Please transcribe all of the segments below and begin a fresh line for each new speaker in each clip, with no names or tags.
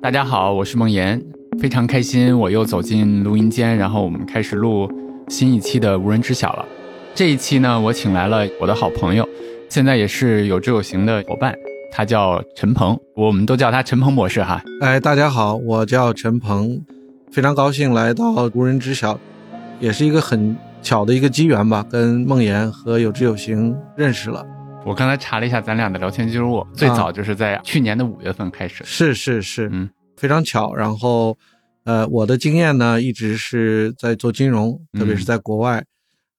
大家好，我是梦妍，非常开心，我又走进录音间，然后我们开始录新一期的《无人知晓》了。这一期呢，我请来了我的好朋友，现在也是有知有行的伙伴，他叫陈鹏，我们都叫他陈鹏博士哈。
哎，大家好，我叫陈鹏，非常高兴来到《无人知晓》，也是一个很巧的一个机缘吧，跟梦妍和有知有行认识了。
我刚才查了一下咱俩的聊天记录，最早就是在去年的五月份开始。
是是是，
嗯，
非常巧。然后，呃，我的经验呢，一直是在做金融，特别是在国外，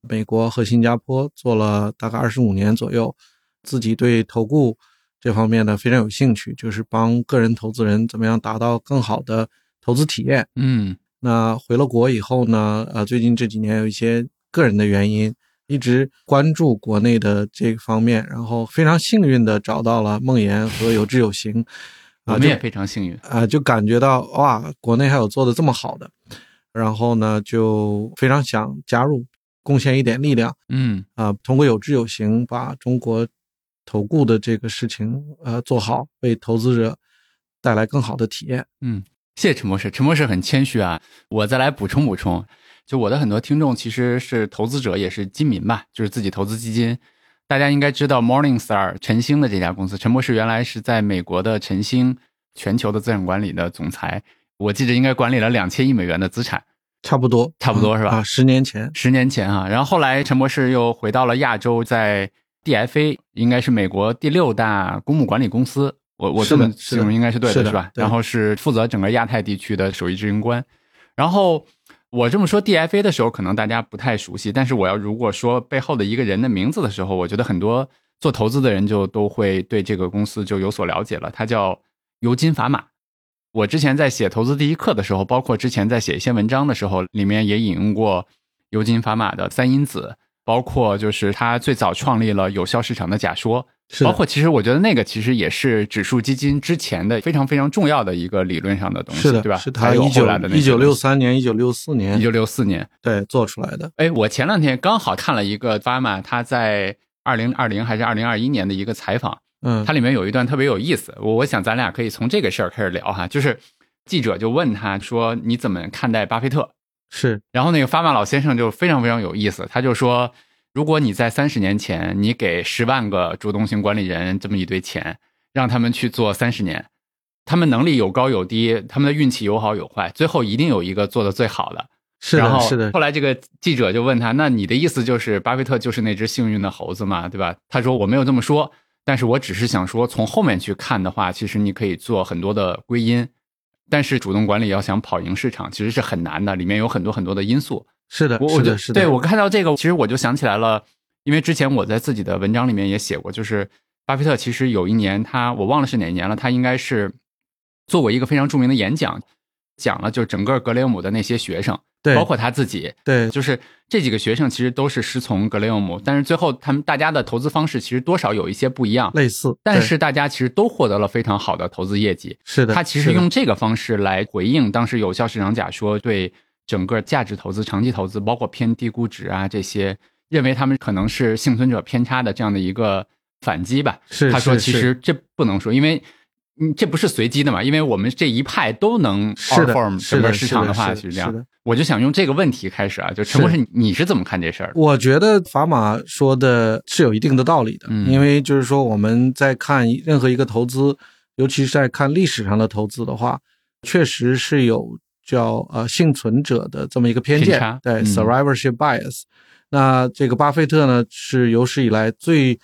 美国和新加坡做了大概二十五年左右。自己对投顾这方面呢非常有兴趣，就是帮个人投资人怎么样达到更好的投资体验。
嗯
那回了国以后呢，呃，最近这几年有一些个人的原因，一直关注国内的这方面，然后非常幸运的找到了梦妍和有志有行，
我
啊、
们
就
也非常幸运。
啊、就感觉到哇，国内还有做的这么好的，然后呢，就非常想加入，贡献一点力量
嗯
啊、通过有志有行把中国投顾的这个事情呃做好，为投资者带来更好的体验。
嗯，谢谢陈博士，陈博士很谦虚啊。我再来补充补充，就我的很多听众其实是投资者，也是基民吧，就是自己投资基金。大家应该知道 Morningstar 晨星的这家公司，陈博士原来是在美国的晨星全球的资产管理的总裁，我记着应该管理了两千亿美元的资产。
差不多，
差不多是吧
啊，十年前，
十年前啊，然后后来陈博士又回到了亚洲，在 DFA 应该是美国第六大公募管理公司，我我这
是的
么
是
形
的
容应该是对
是的
是吧？
对
然后是负责整个亚太地区的首席执行官。然后我这么说 DFA 的时候，可能大家不太熟悉，但是我要如果说背后的一个人的名字的时候，我觉得很多做投资的人就都会对这个公司就有所了解了。它叫尤金砝码。我之前在写《投资第一课》的时候，包括之前在写一些文章的时候，里面也引用过尤金砝码的三因子，包括就是他最早创立了有效市场的假说，
是的
包括其实我觉得那个其实也是指数基金之前的非常非常重要的一个理论上的东西，
是的，
对吧？
是
还
他
有
一
后
九
来的
一九六三年、一九六四年
一九六四年，
对做出来的，
哎，我前两天刚好看了一个 f a m a 他在二零二零还是二零二一年的一个采访，
嗯
它，里面有一段特别有意思，我我想咱俩可以从这个事儿开始聊哈，就是记者就问他说你怎么看待巴菲特？
是
然后那个发曼老先生就非常非常有意思，他就说，如果你在三十年前，你给十万个主动型管理人这么一堆钱，让他们去做三十年，他们能力有高有低，他们的运气有好有坏，最后一定有一个做的最好的。
是
然
的，
后
是的，
后来这个记者就问他：“那你的意思就是巴菲特就是那只幸运的猴子嘛，对吧？”他说：“我没有这么说，但是我只是想说，从后面去看的话，其实你可以做很多的归因，但是主动管理要想跑赢市场，其实是很难的，里面有很多很多的因素。
是的，
我我
是
就
的，是的，
对我看到这个，其实我就想起来了，因为之前我在自己的文章里面也写过，就是巴菲特其实有一年他我忘了是哪一年了，他应该是做过一个非常著名的演讲，讲了就整个格雷厄姆的那些学生，
对，
包括他自己，
对，
就是这几个学生其实都是师从格雷厄姆，但是最后他们大家的投资方式其实多少有一些不一样，
类似，
但
对
是大家其实都获得了非常好的投资业绩。
是的，
他其
是
实
的
用这个方式来回应当时有效市场假说对整个价值投资、长期投资，包括偏低估值啊这些，认为他们可能是幸存者偏差的这样的一个反击吧。
是
他说，
是
其
是
实这不能说，因为嗯，这不是随机的嘛？因为我们这一派都能
是的
outperform
是
整
的
个市场的话
是
是
的
这
是
样
的。
我就想用这个问题开始啊，就陈博士，你你是怎么看这事儿的？
我觉得砝码说的是有一定的道理的，
嗯
因为就是说我们在看任何一个投资，尤其是在看历史上的投资的话，确实是有叫呃幸存者的这么一个偏
偏
见
差，
对、
嗯
survivorship bias。那这个巴菲特呢，是有史以来最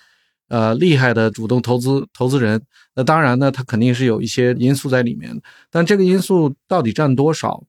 呃厉害的主动投资投资人。那当然呢，他肯定是有一些因素在里面的，但这个因素到底占多少，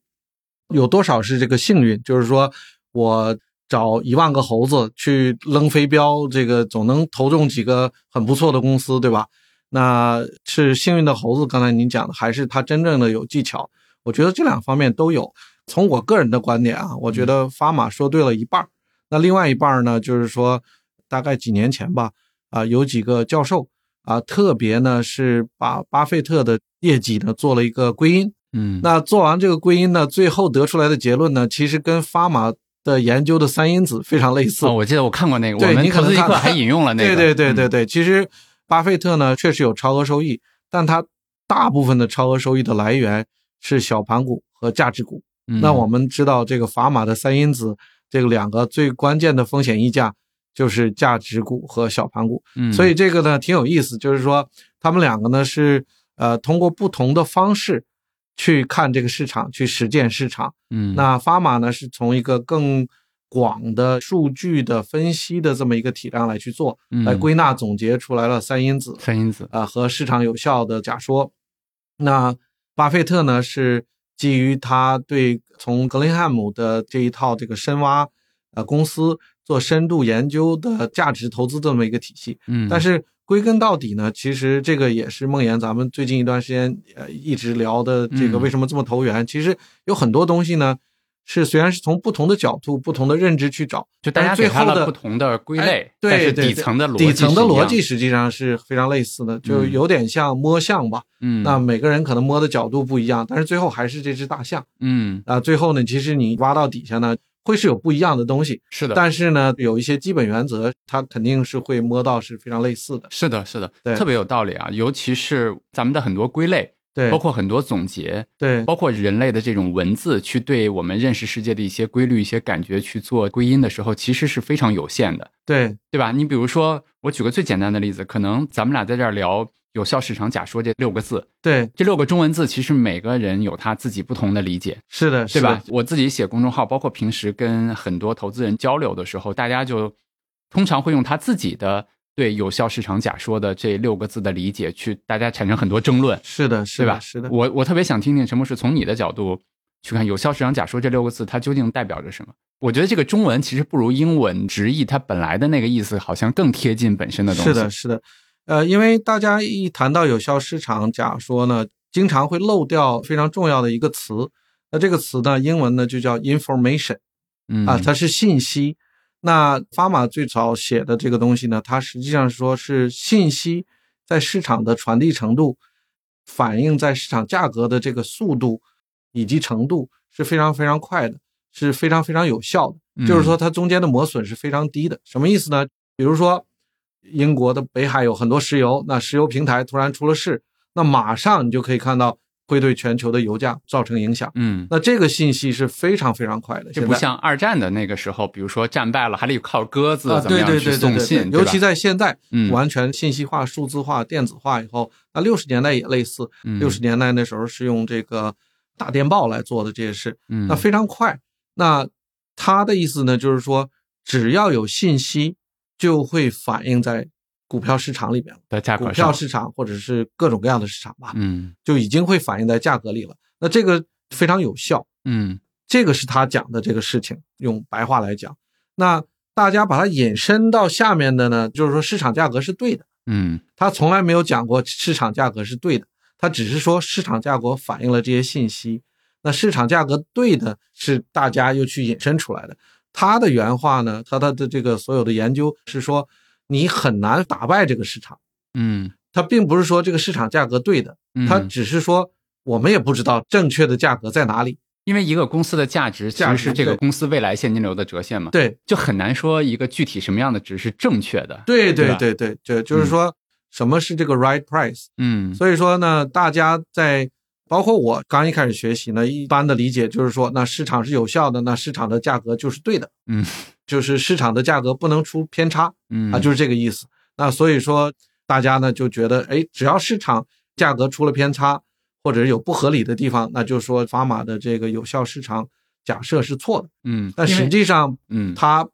有多少是这个幸运？就是说我找一万个猴子去扔飞镖，这个总能投中几个很不错的公司，对吧？那是幸运的猴子，刚才您讲的，还是他真正的有技巧？我觉得这两方面都有。从我个人的观点啊，我觉得法马说对了一半儿，那另外一半儿呢，就是说大概几年前吧，啊、有几个教授啊、特别呢是把巴菲特的业绩呢做了一个归因，
嗯，
那做完这个归因呢，最后得出来的结论呢，其实跟法马的研究的三因子非常类似。
哦，我记得我看过那个，
对
我们
你可
投
能
资一
看
课
了
还引用了那个。
对对对对
嗯，
对，其实巴菲特呢确实有超额收益，但他大部分的超额收益的来源是小盘股和价值股。
嗯
那我们知道这个砝码的三因子，这个两个最关键的风险溢价就是价值股和小盘股。
嗯
所以这个呢挺有意思，就是说他们两个呢是呃通过不同的方式去看这个市场，去实践市场。
嗯
那砝码呢是从一个更广的数据的分析的这么一个体量来去做，
嗯
来归纳总结出来了三因子
三因子，
啊、和市场有效的假说。那巴菲特呢是基于他对从格林汉姆的这一套这个深挖呃公司做深度研究的价值投资这么一个体系，
嗯，
但是归根到底呢，其实这个也是梦岩咱们最近一段时间呃一直聊的这个
嗯
为什么这么投缘，其实有很多东西呢。是，虽然是从不同的角度、不同的认知去找，
就大
但
家
是最
给它
后
了
的
不同的归类
哎，对
但是
对
底
对
层的逻辑
底层的
是一
逻
样
辑，实际上是非常类似的，就
嗯
有点像摸象吧。
嗯，
那每个人可能摸的角度不一样，但是最后还是这只大象
嗯
啊。最后呢，其实你挖到底下呢，会是有不一样的东西，
是的，
但是呢，有一些基本原则，它肯定是会摸到是非常类似的。
是的，是的，
对
特别有道理啊！尤其是咱们的很多归类，
对，
包括很多总结，
对
包括人类的这种文字，去对我们认识世界的一些规律、一些感觉去做归因的时候，其实是非常有限的，
对
对吧？你比如说，我举个最简单的例子，可能咱们俩在这儿聊“有效市场假说”这六个字，
对，
这六个中文字，其实每个人有他自己不同的理解，
是的，
对
是
吧
的？？
我自己写公众号，包括平时跟很多投资人交流的时候，大家就通常会用他自己的对有效市场假说的这六个字的理解，去大家产生很多争论，
是的，是
对吧？
的，是的，
我我特别想听听陈博士从你的角度去看“有效市场假说”这六个字，它究竟代表着什么？我觉得这个中文其实不如英文直译它本来的那个意思，好像更贴近本身的东西。
是的，，是的。呃，因为大家一谈到有效市场假说呢，经常会漏掉非常重要的一个词。那这个词呢，英文呢就叫 information
嗯
啊，它是信息。那法玛最早写的这个东西呢，它实际上说是信息在市场的传递程度，反映在市场价格的这个速度以及程度是非常非常快的，是非常非常有效的。
嗯
就是说它中间的磨损是非常低的。什么意思呢？比如说英国的北海有很多石油，那石油平台突然出了事，那马上你就可以看到会对全球的油价造成影响。
嗯，
那这个信息是非常非常快的，
这
现
不
在
像二战的那个时候，比如说战败了还得靠鸽子
啊，
怎么
对
样
对
去
对对
送
对
信，
对，
对
尤
吧
其在现在
嗯
完全信息化、数字化、电子化以后，那六十年代也类似，
嗯
六十年代那时候是用这个大电报来做的这些事，
嗯
那非常快。那他的意思呢，就是说，只要有信息，就会反映在股票市场里面，
的价
股
格
票
上，
市场或者是各种各样的市场吧，
嗯
就已经会反映在价格里了。那这个非常有效，
嗯
这个是他讲的这个事情，用白话来讲。那大家把它引申到下面的呢，就是说市场价格是对的，
嗯
他从来没有讲过市场价格是对的，他只是说市场价格反映了这些信息。那市场价格对的是大家又去引申出来的。他的原话呢，他他的这个所有的研究是说，你很难打败这个市场。
嗯
他并不是说这个市场价格对的，
嗯，
他只是说我们也不知道正确的价格在哪里。
因为一个公司的价值其
价
实
值
是这个
对
公司未来现金流的折现嘛，
对，
就很难说一个具体什么样的值是正确的。
对
对
对
吧
对对对，就是
嗯
说什么是这个 right price。
嗯，
所以说呢，大家在包括我刚一开始学习呢，一般的理解就是说，那市场是有效的，那市场的价格就是对的，
嗯，
就是市场的价格不能出偏差
嗯
啊，就是这个意思。那所以说，大家呢就觉得，哎，只要市场价格出了偏差，或者是有不合理的地方，那就说砝码的这个有效市场假设是错的。
嗯，
但
因为
实际上，
嗯，
他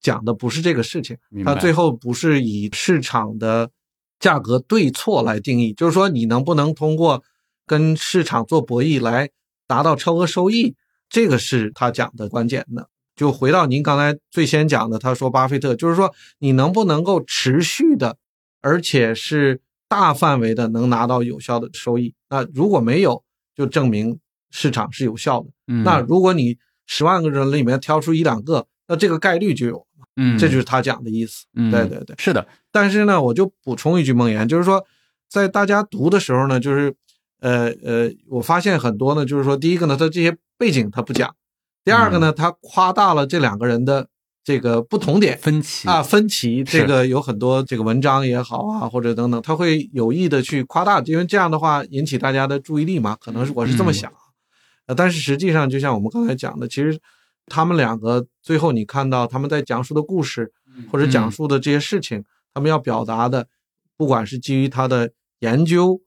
讲的不是这个事情。
明
它
白
最后不是以市场的价格对错来定义，就是说你能不能通过跟市场做博弈来达到超额收益，这个是他讲的关键的。就回到您刚才最先讲的，他说巴菲特就是说你能不能够持续的，而且是大范围的能拿到有效的收益。那如果没有，就证明市场是有效的。
嗯
那如果你十万个人里面挑出一两个，那这个概率就有，
嗯，
这就是他讲的意思。
嗯
对对对。
是的，
但是呢，我就补充一句梦言，就是说，在大家读的时候呢，就是，呃呃，我发现很多呢，就是说，第一个呢，他这些背景他不讲；第二个呢，他夸大了这两个人的这个不同点
分歧
啊，，分歧。
是
这个有很多这个文章也好啊，或者等等，他会有意的去夸大，因为这样的话引起大家的注意力嘛。可能是我是这么
嗯
想，呃，但是实际上，就像我们刚才讲的，其实他们两个最后你看到他们在讲述的故事，
嗯
或者讲述的这些事情，他们要表达的，不管是基于他的研究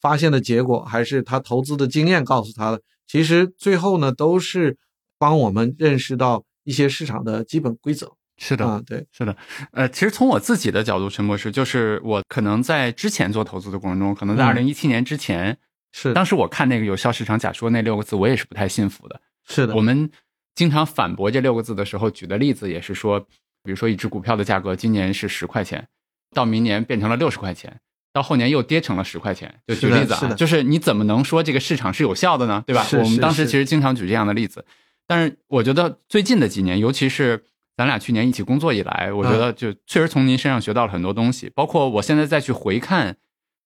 发现的结果，还是他投资的经验告诉他的，其实最后呢，都是帮我们认识到一些市场的基本规则
是的，
啊。对，
是的，呃，其实从我自己的角度，陈博士，就是我可能在之前做投资的过程中，可能在
嗯
二零一七年之前，
是
当时我看那个有效市场假说那六个字，我也是不太信服的。
是的
我，们经常反驳这六个字的时候，举的例子也是说，比如说一只股票的价格今年是十块钱，到明年变成了六十块钱，到后年又跌成了十块钱。就是举
的
例子
是
啊，
的
就是你怎么能说这个市场是有效的呢？对吧？
是
我们
是
当时
是
其实经常举这样的例子，但是我觉得最近的几年，尤其是咱俩去年一起工作以来，我觉
嗯
得就确实从您身上学到了很多东西，包括我现在再去回看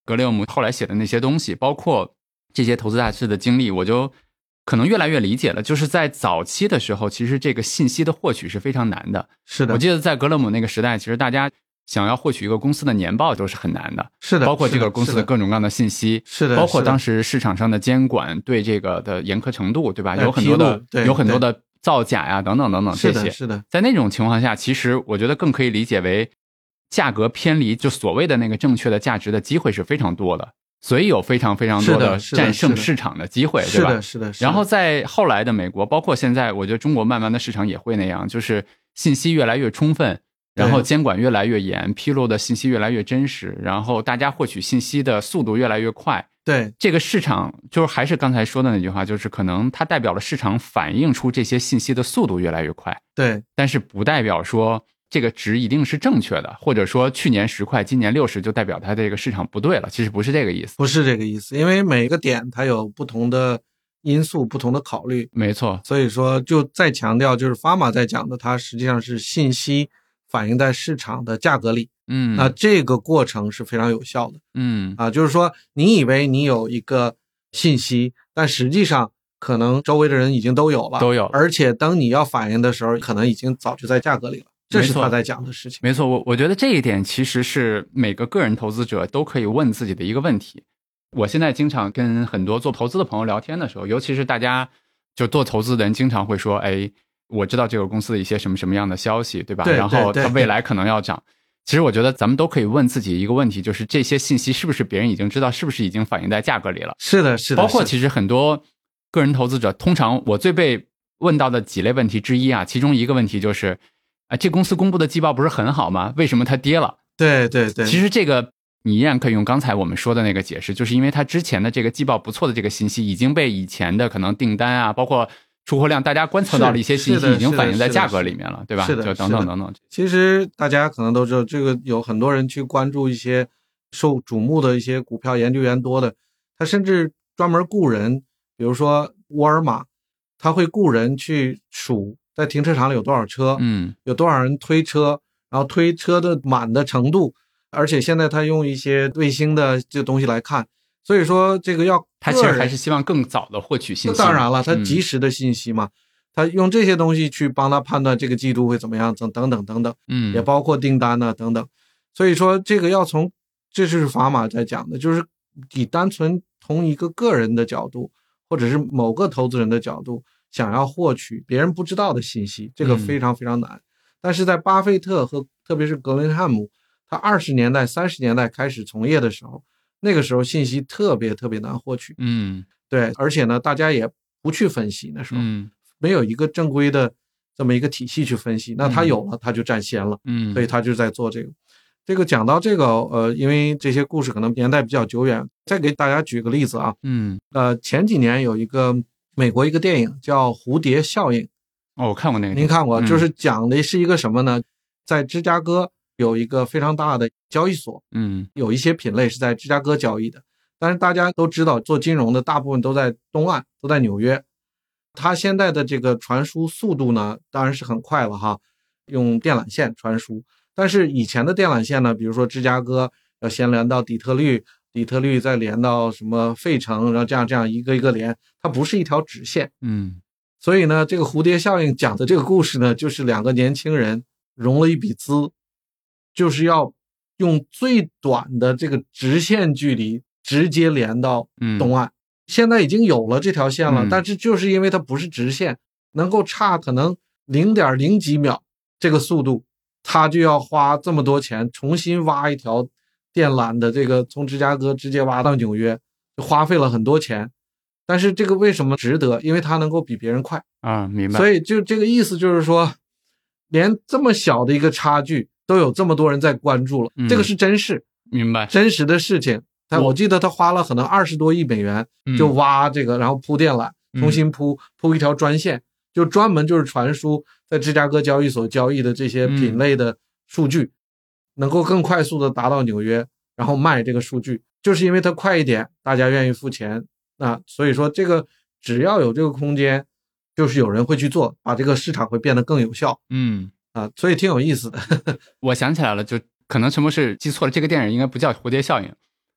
格雷厄姆后来写的那些东西，包括这些投资大师的经历，我就可能越来越理解了。就是在早期的时候，其实这个信息的获取是非常难的。
是的
我，记得在格勒姆那个时代，其实大家想要获取一个公司的年报都是很难的，
是的，
包括
是
这个公司
是
的各种各样的信息。
是的，
包括当时
时
市场上的监管对这个的严苛程度，对吧？
哎
有很多
披
的
露对
有很多的造假呀、等等等等
是
这
的，
些。
是的，
在那种情况下，其实我觉得更可以理解为价格偏离，就所谓的那个正确的价值的机会是非常多的，所以有非常非常多
是的是的
战
是
胜
的
市场的机会，
是
对吧
的，？是的，是的
然后在后来的美国，包括现在，我觉得中国慢慢的市场也会那样，就是信息越来越充分，
对
然后监管越来越严，披露的信息越来越真实，然后大家获取信息的速度越来越快。
对，
这个市场就是还是刚才说的那句话，就是可能它代表了市场反映出这些信息的速度越来越快，
对，
但是不代表说这个值一定是正确的，或者说去年十块，今年六十就代表它这个市场不对了，其实不是这个意思。
不是这个意思，因为每个点它有不同的因素、不同的考虑，
没错，
所以说，就再强调，就是法玛在讲的，它实际上是信息反映在市场的价格里。
嗯，
那这个过程是非常有效的
嗯
啊，就是说，你以为你有一个信息，但实际上可能周围的人已经都有了，
都有了
而且当你要反应的时候，可能已经早就在价格里了。这是
没错
他在讲的事情。
没错，我我觉得这一点其实是每个个人投资者都可以问自己的一个问题。我现在经常跟很多做投资的朋友聊天的时候，尤其是大家就做投资的人，经常会说：“哎，我知道这个公司的一些什么什么样的消息，对吧？
对
然后
对
它
对
未来可能要涨。”其实我觉得咱们都可以问自己一个问题，就是这些信息是不是别人已经知道，是不是已经反映在价格里了？
是的，是的，
包括
是的
其实很多个人投资者，通常我最被问到的几类问题之一啊，其中一个问题就是，啊，这公司公布的季报不是很好吗？为什么它跌了？
对对对，
其实这个你依然可以用刚才我们说的那个解释，就是因为它之前的这个季报不错的这个信息已经被以前的可能订单啊，包括出货量，大家观测到了一些信
是
息，
的
已经
是的
反映在
是的
价
是
格
的
里面了，对吧？
是的
就等
是的
等等等，
其实大家可能都知道，这个有很多人去关注一些受瞩目的一些股票研究员多的，他甚至专门雇人，比如说沃尔玛，他会雇人去数在停车场里有多少车，
嗯
有多少人推车，然后推车的满的程度，而且现在他用一些卫星的这东西来看，所以说这个要
他其实
个人
还是希望更早的获取信
那
息。
当然了，他
嗯
及时的信息嘛，他用这些东西去帮他判断这个季啊度会怎么样，等等等等等。
嗯
也包括订单呐、等等。所以说，这个要从这就是砝码在讲的，就是你单纯从一个个人的角度，或者是某个投资人的角度，想要获取别人不知道的信息，这个
嗯
非常非常难。但是在巴菲特和特别是格林汉姆，他二十年代、三十年代开始从业的时候，那个时候信息特别特别难获取。
嗯
对，而且呢，大家也不去分析那时候，
嗯
没有一个正规的这么一个体系去分析。那他
嗯
有了，他就占先了。
嗯，
所以他就在做这个。这个讲到这个，呃，因为这些故事可能年代比较久远，再给大家举个例子啊，
嗯
呃，前几年有一个美国一个电影叫《蝴蝶效应》，
哦，我看过那个，
您看过？
嗯
就是讲的是一个什么呢？在芝加哥有一个非常大的交易所，
嗯
有一些品类是在芝加哥交易的，但是大家都知道，做金融的大部分都在东岸，都在纽约。它现在的这个传输速度呢，当然是很快了哈，用电缆线传输。但是以前的电缆线呢，比如说芝加哥要先连到底特律，底特律再连到什么费城，然后这样这样一个一个连，它不是一条直线。
嗯
所以呢，这个蝴蝶效应讲的这个故事呢，就是两个年轻人融了一笔资，就是要用最短的这个直线距离直接连到
嗯，
东岸。现在已经有了这条线了，
嗯
但是就是因为它不是直线，能够差可能零点零几秒这个速度，他就要花这么多钱重新挖一条电缆的这个从芝加哥直接挖到纽约，就花费了很多钱。但是这个为什么值得？因为它能够比别人快。
啊，明白，
所
以
以就这个意思就是说，连这么小的一个差距都有这么多人在关注了，
嗯
这个是真事，
明白
真实的事情。他
我
我记得他花了可能二十多亿美元
嗯
就挖这个，然后铺电缆，
嗯
重新铺铺一条专线，就专门就是传输在芝加哥交易所交易的这些
嗯
品类的数据，能够更快速的达到纽约，然后卖这个数据，就是因为它快一点，大家愿意付钱。那所以说，这个只要有这个空间，就是有人会去做，把这个市场会变得更有效
嗯。
啊，所以挺有意思的。
我想起来了，就可能陈博士记错了，这个电影应该不叫《蝴蝶效应》，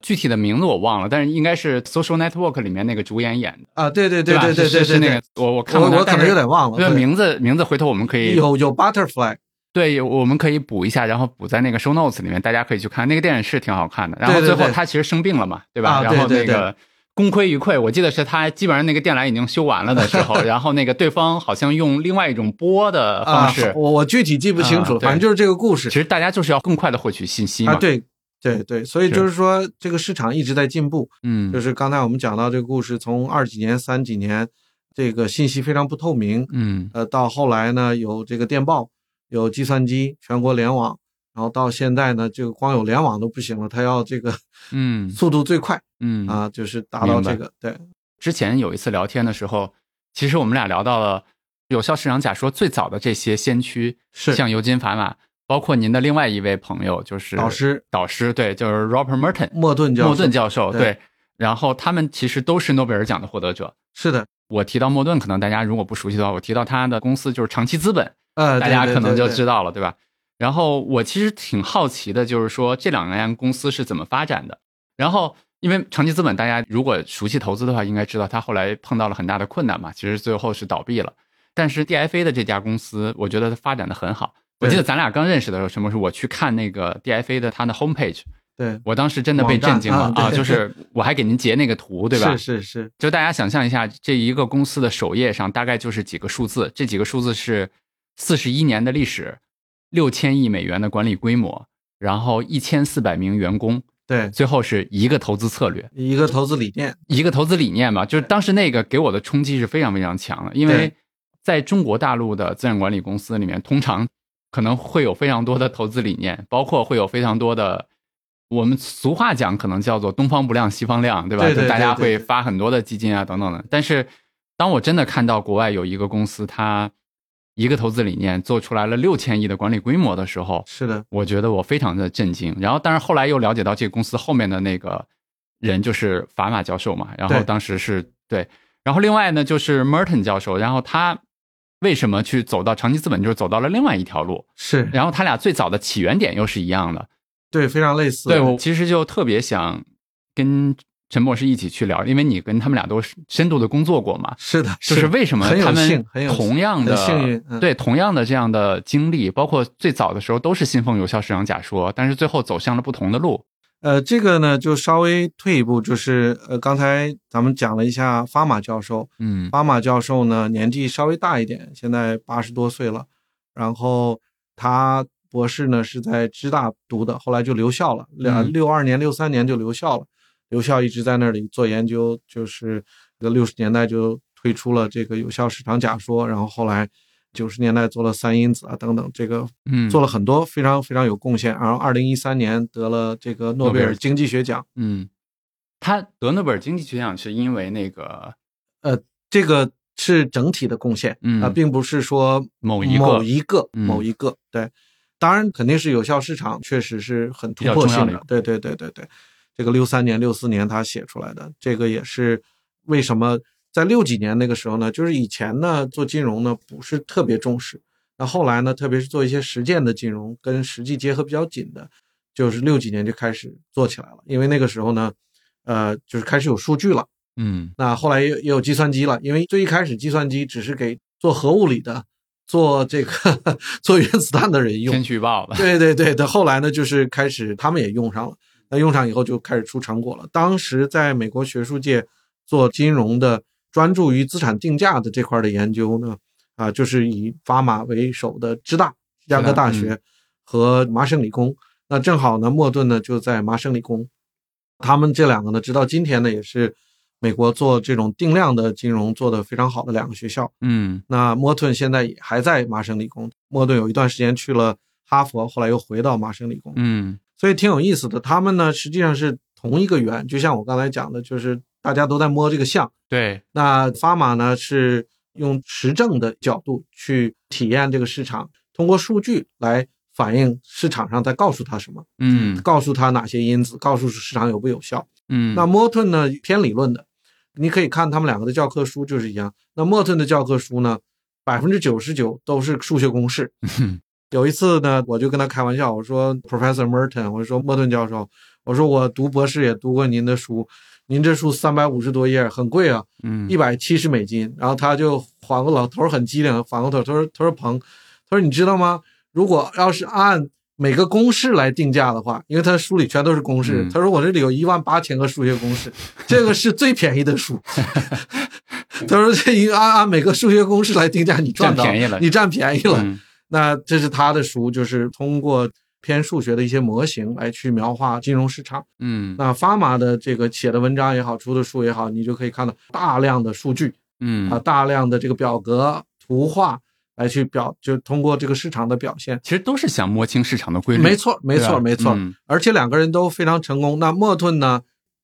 具体的名字我忘了，但是应该是《Social Network》里面那个主演演的，
啊，对对对
吧？
对对
是
对
是
对，
那个我我看
我
过他，
我可能有点忘了。
这
对
名字名字，回头我们可以
有有 butterfly，
对，我们可以补一下，然后补在那个 show notes 里面，大家可以去看那个电影是挺好看的。然后
对对
最后
对
他其实生病了嘛，对吧？
啊
然后
对
那
对
个功亏一篑，我记得是他基本上那个电缆已经修完了的时 候，然后那个对方好像用另外一种波的方
啊
式，，
我我具体记不清楚
啊
了，
对
反正就是这个故事
其实大家就是要更快的获取信息嘛。
啊，，对对对，所以
是
就是说这个市场一直在进步，
嗯，
就是刚才我们讲到这个故事，从二几年、三几年，这个信息非常不透明，
嗯
呃，到后来呢有这个电报，有计算机，全国联网，然后到现在呢，这个光有联网都不行了，它要这个
嗯
速度最快
嗯
啊，就是达到
明白
这个对，
之前有一次聊天的时候，其实我们俩聊到了有效市场假说最早的这些先驱，
是
像尤金·法玛，包括您的另外一位朋友，就是
导师，
导师对，就是 Robert Merton
莫顿教授
莫顿教授
对
对，然后他们其实都是诺贝尔奖的获得者。
是的，
我提到莫顿，可能大家如果不熟悉的话，我提到他的公司就是长期资本，
呃，
大家可能就知
道，
道了，对吧？然后我其实挺好奇的，就是说这两家公司是怎么发展的。然后，因为长期资本，大家如果熟悉投资的话，应该知道它后来碰到了很大的困难嘛，其实最后是倒闭了。但是 DFA 的这家公司，我觉得它发展的很好。我记得咱俩刚认识的时候，什么时候我去看那个 DFA 的它的 homepage，
对
我当时真的被震惊了
网站
啊！
啊对
就是我还给您截那个图，对
对
吧？
是是是，
就大家想象一下，这一个公司的首页上大概就是几个数字，这几个数字是四十一年的历史，六千亿美元的管理规模，然后一千四百名员工，
对，
最后是一个投资策略，
一个投资理念，
一个投资理念嘛。就是当时那个给我的冲击是非常非常强的，因为
对
在中国大陆的资产管理公司里面，通常可能会有非常多的投资理念，包括会有非常多的。我们俗话讲，可能叫做东方不亮西方亮，对吧？
对对
就大家
对对
会发很多的基金啊，等等的。但是，当我真的看到国外有一个公司，它一个投资理念做出来了六千亿的管理规模的时候，
是的，
我觉得我非常的震惊。然后，当然后来又了解到这个公司后面的那个人就是法马教授嘛，然后
对
当时是对，然后另外呢就是 Merton 教授，然后他为什么去走到长期资本，就是走到了另外一条路。
是
然后他俩最早的起源点又是一样的。
对，非常类似，
对我其实就特别想跟陈博士一起去聊，因为你跟他们俩都是深度的工作过嘛，
是的，
就是为什么
很有
他们
幸很有幸
同样的
很幸运嗯
对同样的这样的经历，包括最早的时候都是信奉有效市场假说，但是最后走向了不同的路。
呃，这个呢就稍微退一步，就是呃，刚才咱们讲了一下法马教授，
嗯
巴马教授呢，年纪稍微大一点，现在八十多岁了。然后他博士呢是在知大读的，后来就留校了，两
嗯
六二年、六三年就留校了，留校一直在那里做研究，就是六十年代就推出了这个有效市场假说，然后后来九十年代做了三因子啊等等，这个
嗯，
做
了，
了很多非常非常有贡献。然后二零一三年得了这个诺
诺贝
贝
尔
尔经济学奖，
嗯，他得诺贝尔经济学奖是因为那个
这个是整体的贡献，
嗯
啊，并不是说
某一个
某一个、
嗯
某一个，对，当然肯定是有效市场，确实是很突
比较
破
重要
性
的一
的
个，
对对对对对，这个六三年、六四年他写出来的，这个也是为什么在六几年那个时候呢，就是以前呢做金融呢不是特别重视，那后来呢，特别是做一些实践的金融跟实际结合比较紧的，就是六几年就开始做起来了，因为那个时候呢，呃，就是开始有数据了。
嗯
那后来也也有计算机了，因为最一开始计算机只是给做核物理的、做这个 做原子弹的人用
天。气预报了，
对对对的，后来呢，就是开始他们也用上了。那用上以后就开始出成果了。当时在美国学术界做金融的，专注于资产定价的这块的研究呢，啊，就是以法马为首的芝大、芝加哥大学和麻省理工。那正好呢，莫顿呢就在麻省理工，他们这两个呢，直到今天呢，也是美国做这种定量的金融做得非常好的两个学校。
嗯
那莫顿现在也还在麻省理工，莫顿有一段时间去了哈佛，后来又回到麻省理工，
嗯
所以挺有意思的。他们呢实际上是同一个圆，就像我刚才讲的，就是大家都在摸这个象。
对，
那法玛呢是用实证的角度去体验这个市场，通过数据来反映市场上在告诉他什么，
嗯
告诉他哪些因子，告诉市场有不有效。
嗯，
那莫顿呢偏理论的，你可以看他们两个的教科书就是一样。那莫顿的教科书呢，百分之九十九都是数学公式。
嗯
有一次呢，我就跟他开玩笑，我说 Professor Merton，我说莫顿教授，我说我读博士也读过您的书，您这书三百五十多页，很贵啊，
嗯
一百七十美金。然后他就缓过老头儿很机灵，缓过头儿，他说他说鹏，他说你知道吗？如果要是按每个公式来定价的话，因为他书里全都是公式，
嗯
他说我这里有一万八千个数学公式， 这个是最便宜的书。他说这一按按每个数学公式来定价，你赚到
占便宜了
你占便宜了。
嗯
那这是他的书，就是通过偏数学的一些模型来去描画金融市场。
嗯
那法玛的这个写的文章也好，出的书也好，你就可以看到大量的数据
嗯
啊，大量的这个表格、图画来去表，就通过这个市场的表现。
其实都是想摸清市场的规律，
没错，没
对吧
错，没错。
嗯
而且两个人都非常成功。那莫顿呢，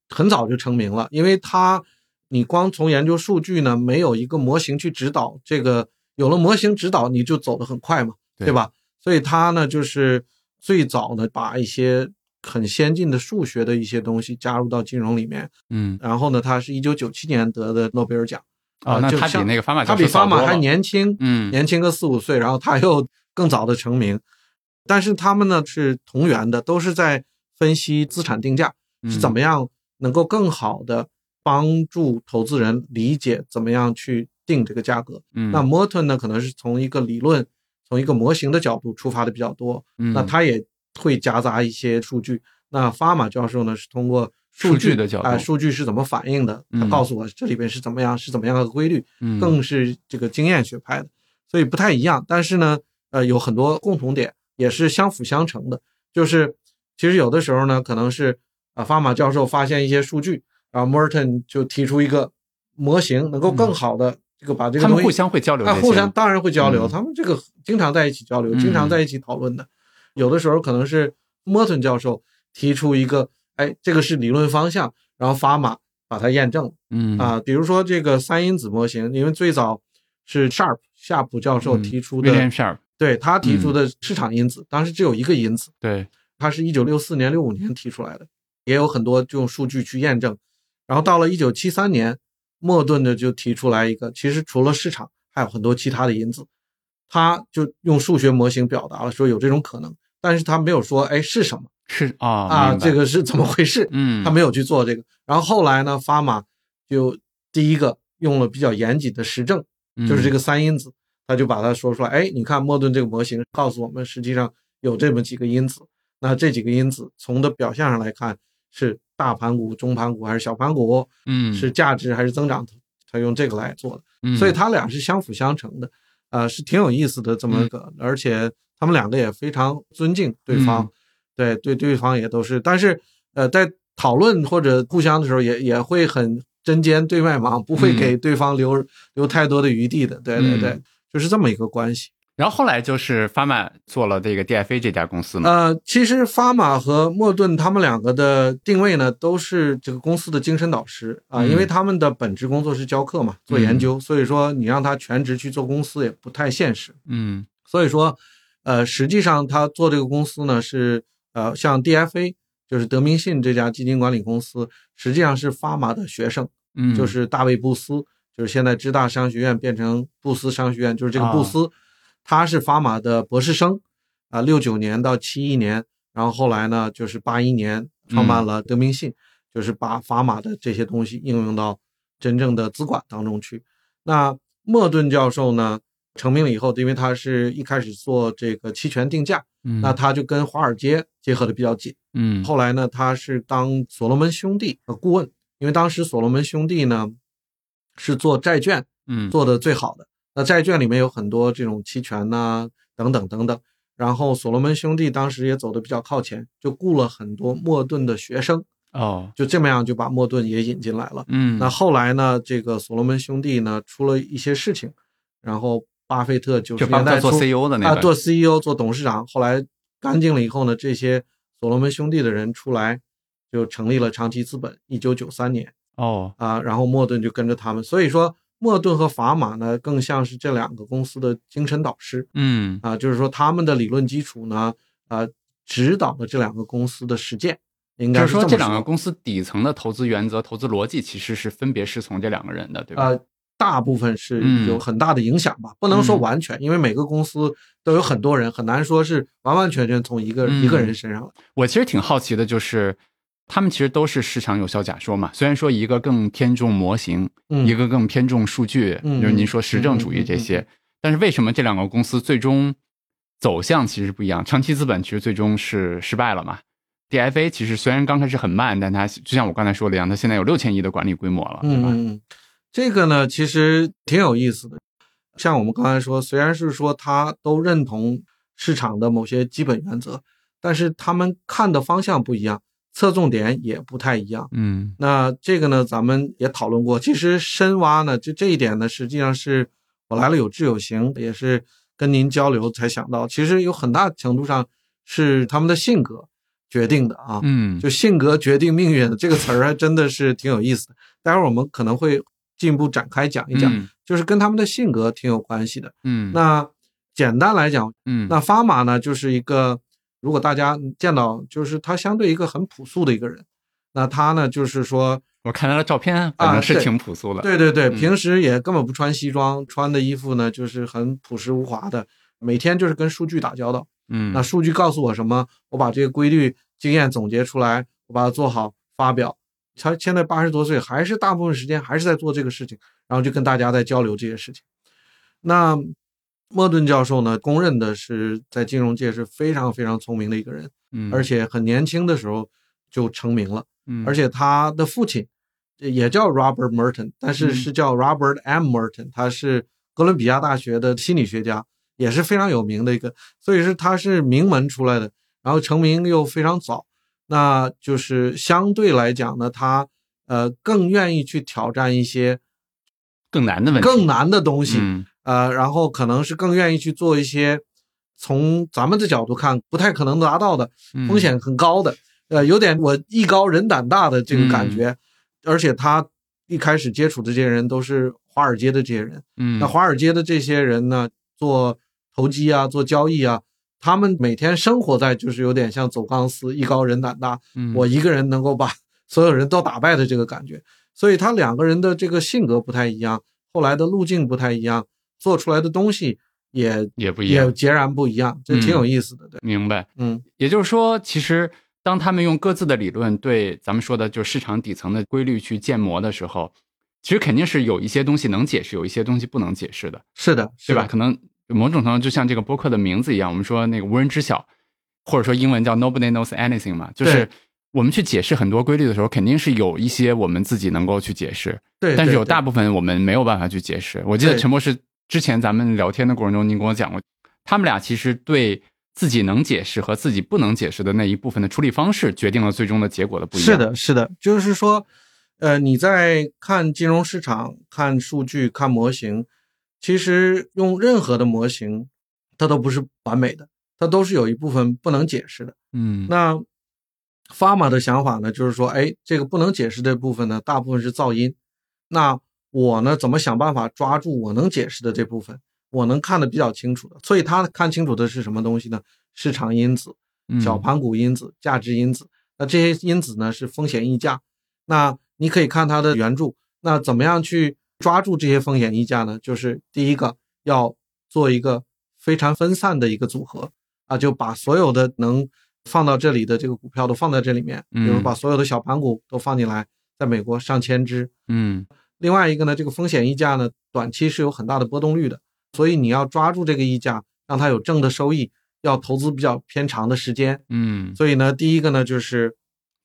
很早就成名了，因为他，你光从研究数据呢，没有一个模型去指导，这个有了模型指导，你就走得很快嘛，
对
对吧？所以他呢，就是最早呢，把一些很先进的数学的一些东西加入到金融里面。
嗯
然后呢，他是一九九七年得的诺贝尔奖，
哦，
啊
那
就
他比
像
那个法马
他
教授
比
早
法
多
玛还
了，
年轻，
嗯
年轻个四五岁，然后他又更早的成名。但是他们呢是同源的，都是在分析资产定价
嗯
是怎么样能够更好的帮助投资人理解怎么样去定这个价格。
嗯，
那 Morton 呢，可能是从一个理论、从一个模型的角度出发的比较多，
嗯
那他也会夹杂一些数据。那法马教授呢，是通过数
数
据
据的角度
哎数据是怎么反应的？他
嗯
告诉我这里边是怎么样，是怎么样的规律。
嗯
更是这个经验学派的，所以不太一样。但是呢，呃，有很多共同点，也是相辅相成的。就是其实有的时候呢，可能是啊，法马教授发现一些数据，然后 Merton 就提出一个模型，能够更好的这个把这
嗯
个
他
东
们
西
互相会交流这
啊，
些，
互相当然会交流，
嗯
他们这个经常在一起交流，经常
嗯
在一起讨论的。有的时候可能是莫顿教授提出一个，哎，这个是理论方向，然后法马把它验证了。
嗯
啊，比如说这个三因子模型，因为最早是 Sharp 夏普教授
嗯
提出的，
William Sharp 嗯
对他提出的市场因子，当时只有一个因子，
对，
它是一九六四年、六五年提出来的，也有很多这种数据去验证。然后到了一九七三年，莫顿呢就提出来一个，其实除了市场，还有很多其他的因子。他就用数学模型表达了说有这种可能，但是他没有说哎是什么
是啊啊
啊，这个是怎么回事？
嗯，
他没有去做这个。然后后来呢，法玛就第一个用了比较严谨的实证，就是这
个
个三因子，他就把它说出来。哎，你看莫顿这个模型告诉我们，实际上有这么几个因子。那这几个因子从的表象上来看，是大盘股、中盘股还是小盘股，
嗯，
是价值还是增长，它用这个来做的，
嗯，
所以它俩是相辅相成的，呃，是挺有意思的这么
嗯
个，而且他们两个也非常尊敬对方，
嗯
对对，对方也都是，但是呃，在讨论或者互相的时候也，也会很针尖对麦芒，不会
嗯
给对方留、留太多的余地的，对对对，
嗯
就是这么一个关系。
然后后来就是发曼做了这个 DFA 这家公司嘛，
呃，其实法玛和莫顿他们两个的定位呢，都是这个公司的精神导师啊、
嗯
因为他们的本职工作是教课嘛，做研究，所以说你让他全职去做公司也不太现实。
嗯
所以说，呃，实际上他做这个公司呢是呃，像 DFA 就是德明信这家基金管理公司，实际上是法玛的学生，
嗯，
就是大卫布斯，就是现在芝大商学院变成布斯商学院，就是这个
啊
布斯，他是法马的博士生，啊、6六九年到七一年，然后后来呢，就是八一年创
嗯
办了德明信，就是把法马的这些东西应用到真正的资管当中去。那莫顿教授呢，成名了以后，因为他是一开始做这个期权定价，
嗯
那他就跟华尔街结合的比较紧。
嗯
后来呢，他是当所罗门兄弟的顾问，因为当时所罗门兄弟呢是做债券
嗯
做的最好的。那债券里面有很多这种期权呐、等等等等。然后所罗门兄弟当时也走的比较靠前，就雇了很多莫顿的学生，
哦
就这么样就把莫顿也引进来了。
嗯
那后来呢，这个所罗门兄弟呢出了一些事情，然后巴菲特九十
就帮
年代
他做
初
CEO 的那
啊，
个
做 CEO 做董事长，后来干净了以后呢，这些所罗门兄弟的人出来，就成立了长期资本，一九九三年
哦
啊，然后莫顿就跟着他们，所以说莫顿和法玛呢，更像是这两个公司的精神导师
嗯
啊，就是说他们的理论基础呢，啊，指导了这两个公司的实践，应该
就是
是
说，
么
这两个
说
公司底层的投资原则、投资逻辑其实是分别是从这两个人的，对吧？
呃，大部分是
嗯
有很大的影响吧，不能说
嗯
完全，因为每个公司都有很多人，很难说是完完全全从一个、
嗯
一个人身上来。
我其实挺好奇的，就是他们其实都是市场有效假说嘛，虽然说一个更偏重模型，
嗯
一个更偏重数据，
嗯
就是您说实证主义
嗯嗯
这
嗯
些，但是为什么这两个公司最终走向其实不一样？长期资本其实最终是失败了嘛？DFA 其实虽然刚开始很慢，但它就像我刚才说的一样，它现在有六千亿的管理规模了，对
嗯
吧？
嗯嗯，这个呢其实挺有意思的。像我们刚才说，虽然是说他都认同市场的某些基本原则，但是他们看的方向不一样，侧重点也不太一样。
嗯
那这个呢，咱们也讨论过。其实深挖呢，就这一点呢，实际上是我来了有志有行，也是跟您交流才想到，其实有很大程度上是他们的性格决定的啊。
嗯，
就性格决定命运这个词儿，还真的是挺有意思的。待会儿我们可能会进一步展开讲一讲，
嗯
就是跟他们的性格挺有关系的。
嗯
那简单来讲，
嗯
那法玛呢，就是一个如果大家见到，就是他相对一个很朴素的一个人。那他呢，就是说，
我看他的照片，反正是
啊对
挺朴素的。
对对对，
嗯
平时也根本不穿西装，穿的衣服呢就是很朴实无华的，每天就是跟数据打交道。
嗯，
那数据告诉我什么？我把这个规律经验总结出来，我把它做好发表。他现在八十多岁，还是大部分时间还是在做这个事情，然后就跟大家在交流这些事情。那莫顿教授呢，公认的是在金融界是非常非常聪明的一个人，
嗯，
而且很年轻的时候就成名了。
嗯，
而且他的父亲也叫 Robert Merton，但
嗯
是是叫 Robert M. Merton，他是哥伦比亚大学的心理学家，也是非常有名的一个，所以是他是名门出来的，然后成名又非常早，那就是相对来讲呢，他呃更愿意去挑战一些
更难的问题，
更难的东西，
嗯
呃，然后可能是更愿意去做一些从咱们的角度看不太可能达到的，
嗯
风险很高的，呃，有点我艺高人胆大的这个
嗯
感觉。而且他一开始接触的这些人都是华尔街的这些人，
嗯，
那华尔街的这些人呢，做投机啊，做交易啊，他们每天生活在就是有点像走钢丝，艺高人胆大，
嗯
我一个人能够把所有人都打败的这个感觉。所以他两个人的这个性格不太一样，后来的路径不太一样，做出来的东西也
也不一
也
样，
截然不一样，这挺有意思的，对，
明白。
嗯
也就是说，其实当他们用各自的理论对咱们说的就是市场底层的规律去建模的时候，其实肯定是有一些东西能解释，有一些东西不能解释的，
是的，是
对
的
吧？可能某种程度就像这个播客的名字一样，我们说那个无人知晓，或者说英文叫 Nobody knows anything 嘛，就是
对
我们去解释很多规律的时候，肯定是有一些我们自己能够去解释，
对，
但是
对
有
对
大部分我们没有办法去解释。我记得
对
陈博士之前咱们聊天的过程中，您跟我讲过，他们俩其实对自己能解释和自己不能解释的那一部分的处理方式，决定了最终的结果的不一样。
是，的，是的，就是说，呃，你在看金融市场、看数据、看模型，其实用任何的模型，它都不是完美的，它都是有一部分不能解释的。
嗯，
那 Fama 的想法呢，就是说，哎，这个不能解释这部分呢，大部分是噪音。那我呢，怎么想办法抓住我能解释的这部分，我能看得比较清楚的？所以他看清楚的是什么东西呢？市场因子、
嗯
小盘股因子、价值因子。那这些因子呢是风险溢价。那你可以看它的原著。那怎么样去抓住这些风险溢价呢？就是第一个要做一个非常分散的一个组合啊，就把所有的能放到这里的这个股票都放在这里面，比如
嗯
把所有的小盘股都放进来，在美国上千只，
嗯
另外一个呢，这个风险溢价呢，短期是有很大的波动率的，所以你要抓住这个溢价，让它有正的收益，要投资比较偏长的时间。
嗯，
所以呢，第一个呢就是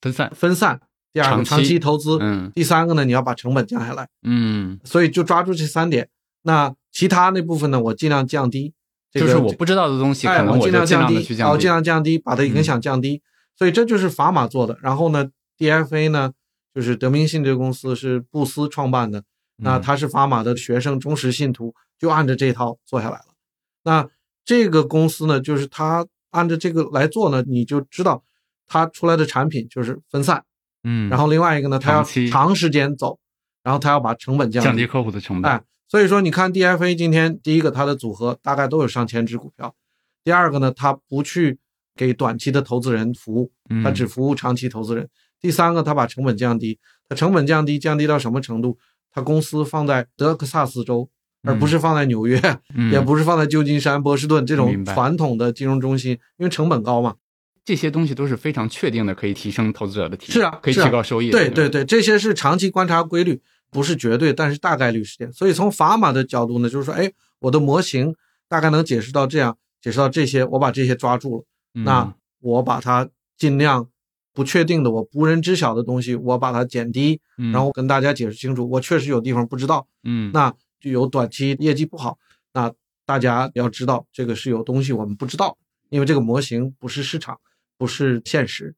分散，
分散，第二
长
个长
期
期投资，
嗯
第三个呢你要把成本降下来。
嗯，
所以就抓住这三点。那其他那部分呢，我尽量降低。这
就
个、
是我不知道的东西，
哎，
可能
尽
就尽
降
量
低
的去，
然后
降低
尽。量降低，把它影
嗯
响降低。所以这就是砝码做的。然后呢，DFA 呢，就是德明信这个公司是布斯创办的，那
嗯
他是砝码的学生忠实信徒，就按着这套做下来了。那这个公司呢，就是他按照这个来做呢，你就知道他出来的产品就是分散，
嗯，
然后另外一个呢，他
长
要
期
长时间走，然后他要把成本
降低客户的成本。
哎，所以说你看 DFA 今天第一个它的组合大概都有上千只股票，第二个呢，它不去给短期的投资人服务，
嗯
它只服务长期投资人。第三个，它把成本降低，它成本降低降低到什么程度？它公司放在德克萨斯州，而不是放在纽约，
嗯
也不是放在旧金山、波士顿这
明
种
白
传统的金融中心，因为成本高嘛。
这些东西都是非常确定的，可以提升投资者的体
是啊
可以
是
提
啊
高收益的。
对对
吧，
对，这些是长期观察规律，不是绝对，但是大概率事件。所以从砝码的角度呢，就是说，哎，我的模型大概能解释到这样，解释到这些，我把这些抓住了，
嗯
那我把它尽量不确定的、我无人知晓的东西，我把它减低，
嗯
然后跟大家解释清楚，我确实有地方不知道，
嗯，
那就有短期业绩不好，那大家要知道这个是有东西我们不知道，因为这个模型不是市场，不是现实，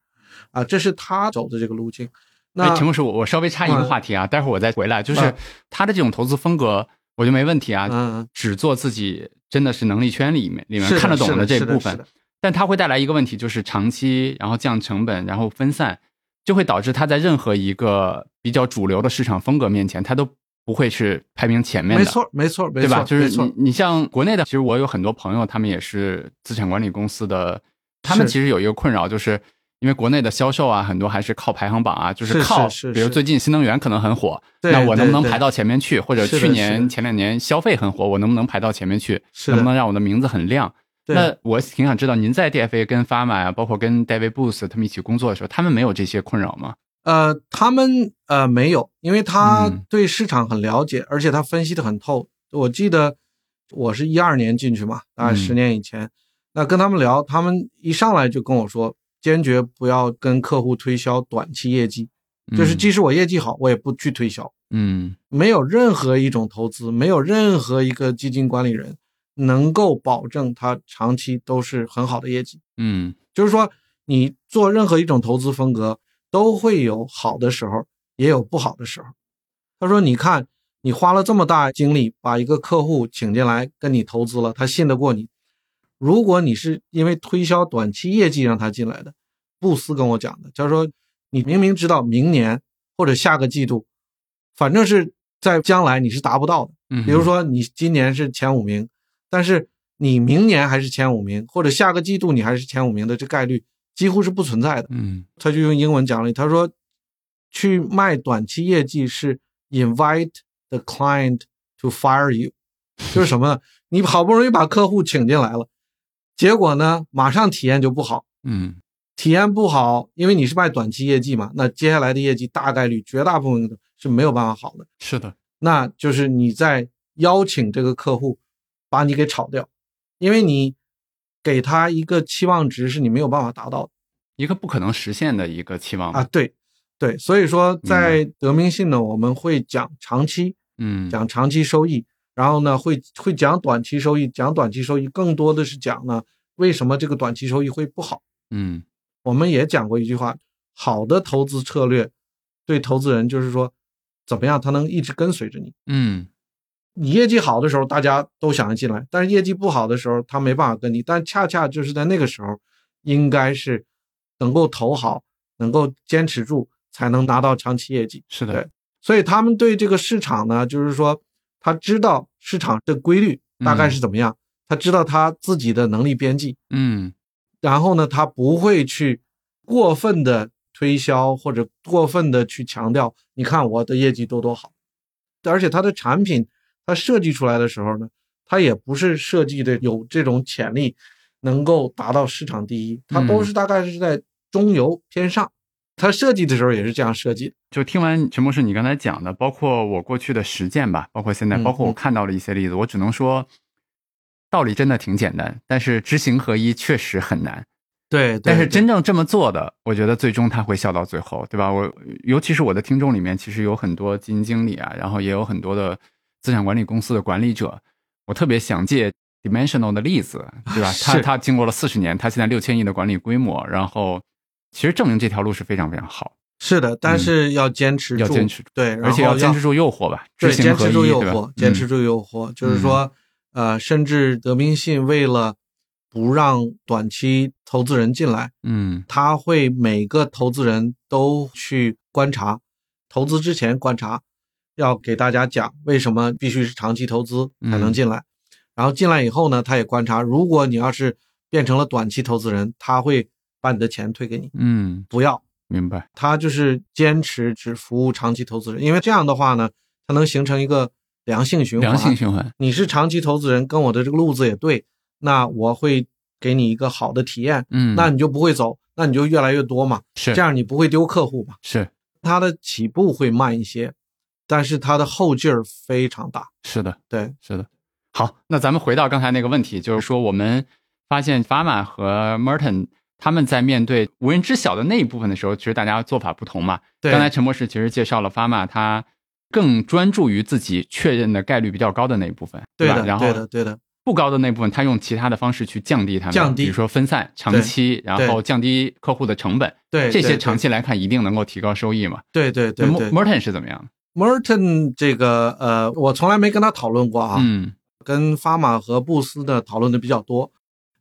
啊，这是他走的这个路径。
哎
那
陈博士，我我稍微插一个
嗯
话题啊，待会儿我再回来。就是
嗯
他的这种投资风格，我觉得没问题啊，
嗯，
只做自己真的是能力圈里面里面
是的
看得懂
是的
这一
是的
部
是
分
的，
但它会带来一个问题，就是长期，然后降成本，然后分散，就会导致它在任何一个比较主流的市场风格面前，它都不会是排名前面的。
没错，没错，没
对
错，
吧？就是
没错
你，你像国内的，其实我有很多朋友，他们也是资产管理公司的，他们
是
其实有一个困扰，就是因为国内的销售啊，很多还是靠排行榜啊，就是
是
靠，
是是
比如
是
最近新能源可能很火，
对
那我能不能
对对
排到前面去？或者
是的
去
是
年
的
前两年消费很火，我能不能排到前面去？
是
能不
的，
能让我的名字很亮？
对
那我挺想知道，您在 DFA 跟 Fama 啊，包括跟 David Booth 他们一起工作的时候，他们没有这些困扰吗？
呃，他们呃没有，因为他
嗯
对市场很了解，而且他分析的很透。我记得我是一二年进去嘛，大概十
嗯
年以前，那跟他们聊，他们一上来就跟我说，坚决不要跟客户推销短期业绩，就是
嗯
即使我业绩好，我也不去推销。
嗯
没有任何一种投资，没有任何一个基金管理人能够保证他长期都是很好的业绩。
嗯
就是说，你做任何一种投资风格，都会有好的时候，也有不好的时候。他说：“你看，你花了这么大精力把一个客户请进来跟你投资了，他信得过你。如果你是因为推销短期业绩让他进来的，布斯跟我讲的，他说你明明知道明年或者下个季度，反正是在将来你是达不到的。
嗯，
比如说你今年是前五名，但是你明年还是前五名，或者下个季度你还是前五名的这概率几乎是不存在的。
嗯
他就用英文讲了，他说，去卖短期业绩是 invite the client to fire you，就是什么呢？你好不容易把客户请进来了，结果呢，马上体验就不好。
嗯
体验不好，因为你是卖短期业绩嘛，那接下来的业绩大概率、绝大部分的是没有办法好的。
是的，
那就是你在邀请这个客户把你给炒掉，因为你给他一个期望值是你没有办法达到的。
一个不可能实现的一个期望
啊，，对对，所以说在德明信呢，我们会讲长期，
嗯，
讲长期收益，然后呢会会讲短期收益，讲短期收益更多的是讲呢为什么这个短期收益会不好。
嗯
我们也讲过一句话，好的投资策略对投资人就是说，怎么样他能一直跟随着你。
嗯
你业绩好的时候，大家都想着进来；但是业绩不好的时候，他没办法跟你。但恰恰就是在那个时候，应该是能够投好，能够坚持住，才能拿到长期业绩。
是的
对，所以他们对这个市场呢，就是说他知道市场的规律大概是怎么样，他知道他自己的能力边际，
嗯
然后呢，他不会去过分的推销或者过分的去强调，你看我的业绩多多好，而且他的产品他设计出来的时候呢，他也不是设计的有这种潜力能够达到市场第一，他
嗯
都是大概是在中游偏上，他设计的时候也是这样设计的，
就听完陈博士你刚才讲的，包括我过去的实践吧，包括现在，
嗯
包括我
嗯
看到了一些例子，我只能说，道理真的挺简单，但是知行合一确实很难。
对，
但是真正这么做的，我觉得最终他会笑到最后，对吧？我尤其是我的听众里面，其实有很多基金经理啊，然后也有很多的资产管理公司的管理者，我特别想借 Dimensional 的例子，对 吧？他
是
他经过了四十年，他现在六千亿的管理规模，然后其实证明这条路是非常非常好，
是的，但是要坚持
嗯
住，
要坚持住
对，然后
而且要坚持住诱惑吧，
对，
知行
坚
合
持
一，
住诱
对吧
惑，？坚持
嗯
住诱惑，就是说，呃，甚至德明信为了不让短期投资人进来，
嗯
他会每个投资人都去观察，投资之前观察，要给大家讲为什么必须是长期投资才
嗯
能进来。然后进来以后呢，他也观察，如果你要是变成了短期投资人，他会把你的钱退给你，
嗯，
不要。
明白，
他就是坚持只服务长期投资人，因为这样的话呢，它能形成一个良性循环。
良性循环，
你是长期投资人，跟我的这个路子也对，那我会给你一个好的体验，
嗯，
那你就不会走，那你就越来越多嘛，
是
这样你不会丢客户嘛。
是
它的起步会慢一些，但是它的后劲儿非常大。
是的。
对，
是的。好，那咱们回到刚才那个问题，就是说我们发现 Fama 和 Merton 他们在面对无人知晓的那一部分的时候，其实大家做法不同嘛。
对
刚才陈博士其实介绍了 Fama 他更专注于自己确认的概率比较高的那一部分，
对
吧？
的，
然
对的，
后
对的，
不高的那部分，他用其他的方式去降低他们，
降低
比如说分散、长期，然后降低客户的成本，
对
这些
对
长期来看一定能够提高收益嘛。
对对对对。
Merton 是怎么样的？
Merton 这个呃，我从来没跟他讨论过啊，
嗯
跟法玛和布斯呢讨论的比较多。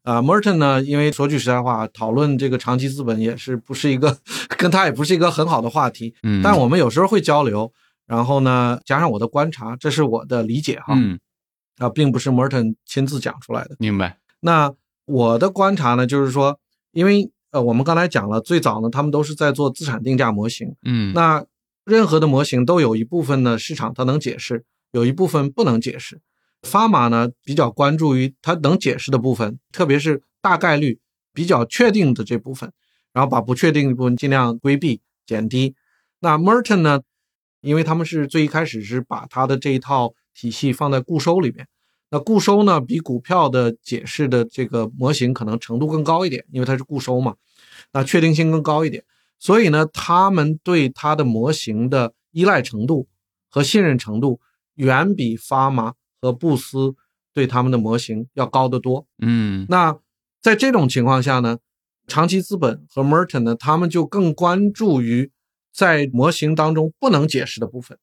呃，Merton 呢，因为说句实在话，讨论这个长期资本也是不是一个 跟他也不是一个很好的话题，
嗯，
但我们有时候会交流。然后呢，加上我的观察，这是我的理解哈，
嗯
啊，并不是 Merton 亲自讲出来的。
明白，
那我的观察呢，就是说，因为呃，我们刚才讲了，最早呢，他们都是在做资产定价模型，
嗯
那任何的模型都有一部分呢市场它能解释，有一部分不能解释。法玛呢比较关注于它能解释的部分，特别是大概率、比较确定的这部分，然后把不确定的部分尽量规避、减低。那 Merton 呢，因为他们是最一开始是把他的这一套体系放在固收里面。那固收呢，比股票的解释的这个模型可能程度更高一点，因为它是固收嘛，那确定性更高一点。所以呢，他们对它的模型的依赖程度和信任程度，远比法玛和布斯对他们的模型要高得多。
嗯
那在这种情况下呢，长期资本和 Merton 呢，他们就更关注于在模型当中不能解释的部分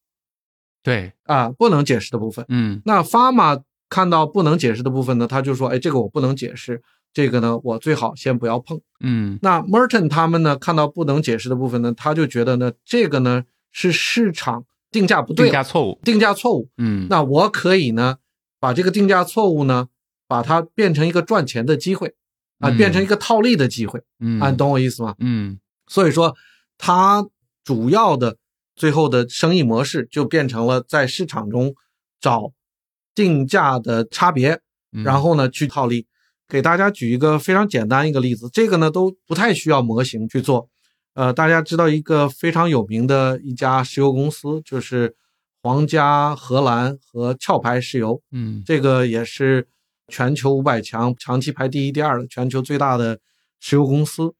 对，
啊，不能解释的部分。
嗯。
那 Fama 看到不能解释的部分呢，他就说：“哎，这个我不能解释，这个呢，我最好先不要碰。”
嗯
那 Merton 他们呢，看到不能解释的部分呢，他就觉得呢，这个呢是市场定价不，对
定
了，
价错误。
定价错误。
嗯，
那我可以呢，把这个定价错误呢，把它变成一个赚钱的机会啊，
嗯
变成一个套利的机会
嗯
啊，你懂我意思吗？
嗯
所以说，它主要的最后的生意模式就变成了在市场中找定价的差别，
嗯
然后呢去套利。给大家举一个非常简单一个例子，这个呢都不太需要模型去做。呃，大家知道一个非常有名的一家石油公司，就是皇家荷兰和壳牌石油，
嗯
这个也是全球五百强长期排第一、第二的全球最大的石油公司。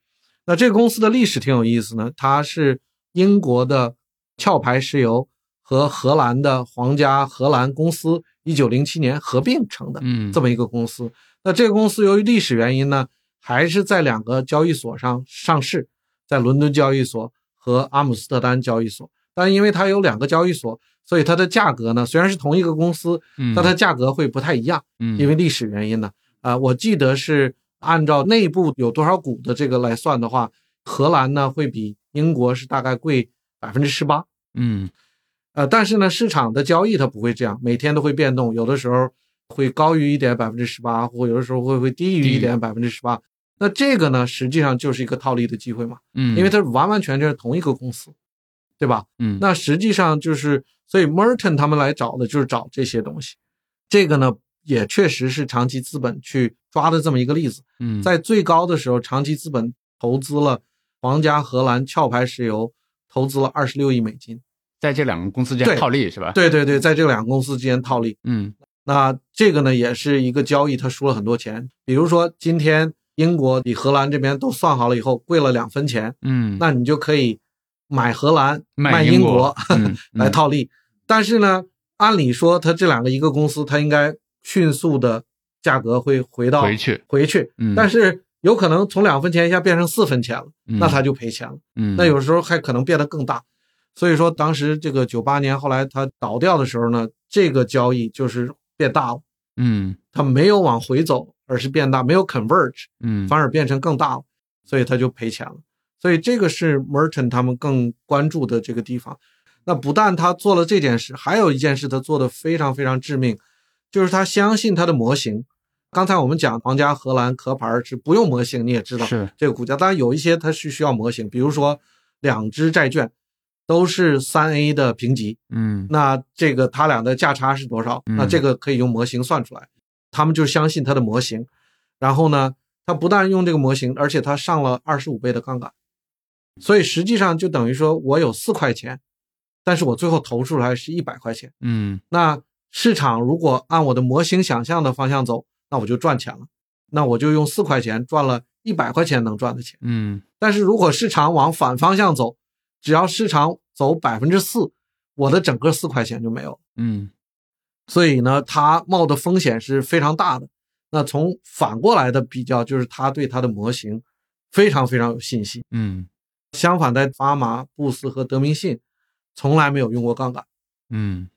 那这个公司的历史挺有意思呢，它是英国的壳牌石油和荷兰的皇家荷兰公司一九零七年合并成的
嗯，
这么一个公司。那这个公司由于历史原因呢，还是在两个交易所上上市，在伦敦交易所和阿姆斯特丹交易所。但因为它有两个交易所，所以它的价格呢，虽然是同一个公司，
嗯，
但它价格会不太一样。
嗯，
因为历史原因呢，啊、我记得是按照内部有多少股的这个来算的话，荷兰呢会比英国是大概贵百分之十八，
嗯
呃，但是呢，市场的交易它不会这样，每天都会变动，有的时候会高于一点百分之十八，或有的时候会会低于
低于
一点百分之十八。那这个呢，实际上就是一个套利的机会嘛，
嗯，
因为它完完全全是同一个公司，对吧？
嗯
那实际上就是，所以 Merton 他们来找的就是找这些东西。这个呢，也确实是长期资本去抓的这么一个例子。
嗯
在最高的时候，长期资本投资了皇家荷兰壳牌石油，投资了二十六亿美金。
在这两个公司之间
对
套利是吧？，
对对对，在这两个公司之间套利。
嗯
那这个呢，也是一个交易，他输了很多钱。比如说，今天英国比荷兰这边都算好了以后，贵了两分钱，
嗯，
那你就可以买荷兰卖
英
国，
嗯
来
嗯
套利。但是呢，按理说它这两个一个公司，它应该迅速的价格会回到
回去，
回去
嗯
但是有可能从两分钱一下变成四分钱了，
嗯
那它就赔钱了。
嗯
那有时候还可能变得更大。所以说，当时这个九八年后来它倒掉的时候呢，这个交易就是变大了，
嗯
它没有往回走，而是变大，没有 converge，
嗯，
反而变成更大了，所以他就赔钱了。所以这个是 Merton 他们更关注的这个地方。那不但他做了这件事，还有一件事他做的非常非常致命，就是他相信他的模型。刚才我们讲皇家荷兰壳牌是不用模型，你也知道
是
这个股价，当然有一些它是需要模型，比如说两只债券都是三 A 的评级，
嗯
那这个它俩的价差是多少？
嗯
那这个可以用模型算出来。他们就相信它的模型，然后呢，他不但用这个模型，而且他上了二十五倍的杠杆，所以实际上就等于说我有四块钱，但是我最后投出来是一百块钱。
嗯
那市场如果按我的模型想象的方向走，那我就赚钱了，那我就用四块钱赚了一百块钱能赚的钱。
嗯
但是如果市场往反方向走，只要市场走百分之四，我的整个四块钱就没有了。
嗯
所以呢，他冒的风险是非常大的。那从反过来的比较，就是他对他的模型非常非常有信心。
嗯
相反，在巴马、布斯和德明信从来没有用过杠杆
嗯，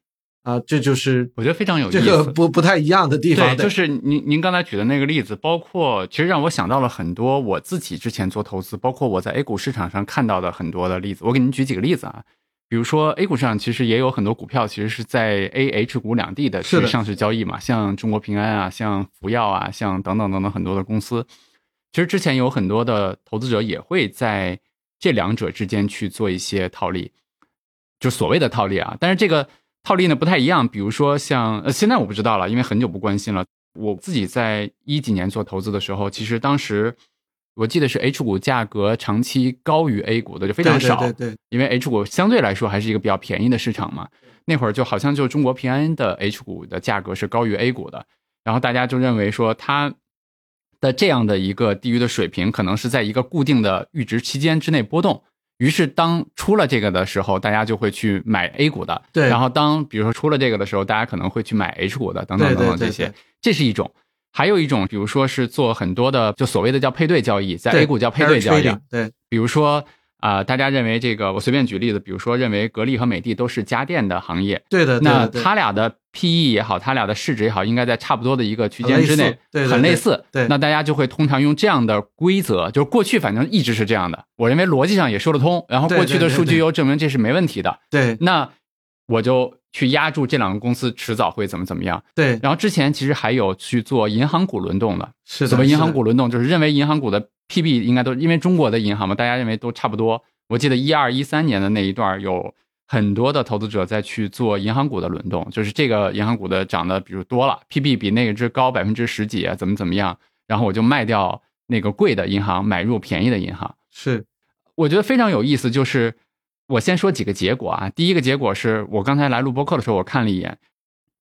啊、这就是
我觉得非常有意
这
思。
个不不太一样的地方。
对，就是您您刚才举的那个例子，包括其实让我想到了很多我自己之前做投资，包括我在 A 股市场上看到的很多的例子。我给您举几个例子啊，比如说 A 股市场其实也有很多股票其实是在 A、H 股两地的
是的
去上市交易嘛，像中国平安啊，像福耀啊，像等等等等很多的公司。其实之前有很多的投资者也会在这两者之间去做一些套利，就所谓的套利啊。但是这个套利呢不太一样，比如说像呃，现在我不知道了，因为很久不关心了。我自己在一几年做投资的时候，其实当时我记得是 H 股价格长期高于 A 股的，就非
对
常
对
少。
对对对
因为 H 股相对来说还是一个比较便宜的市场嘛。那会儿就好像就中国平安的 H 股的价格是高于 A 股的，然后大家就认为说它的这样的一个低于的水平，可能是在一个固定的阈值期间之内波动。于是当出了这个的时候，大家就会去买 A 股的，
对
然后当比如说出了这个的时候，大家可能会去买 H 股的，等等等等
对对对
这些
对，
这是一种。还有一种，比如说是做很多的，就所谓的叫配对交易，在 A 股叫配对
pair
交易，啊
trading，对
比如说啊、大家认为这个，我随便举例子，比如说认为格力和美的都是家电的行业，
对的，对
那
的呃对的
它俩的 PE 也好，它俩的市值也好，应该在差不多的一个区间之
很类
内
似，对对
很类似。
对对
那大家就会通常用这样的规则，就是过去反正一直是这样的，我认为逻辑上也说得通，然后
对
过去的
对对
数据
对
又证明这是没问题的，
对
那我就去压住这两个公司迟早会怎么怎么样。
对
然后之前其实还有去做银行股轮动的，
是的
所谓银行
是的
股轮动，就是认为银行股的 PB 应该都因为中国的银行嘛，大家认为都差不多。我记得一二一三年的那一段儿，有很多的投资者在去做银行股的轮动，就是这个银行股的涨得比如多了，PB 比那个只高百分之十几，啊怎么怎么样，然后我就卖掉那个贵的银行，买入便宜的银行。
是
我觉得非常有意思，就是我先说几个结果啊。第一个结果是我刚才来录播客的时候，我看了一眼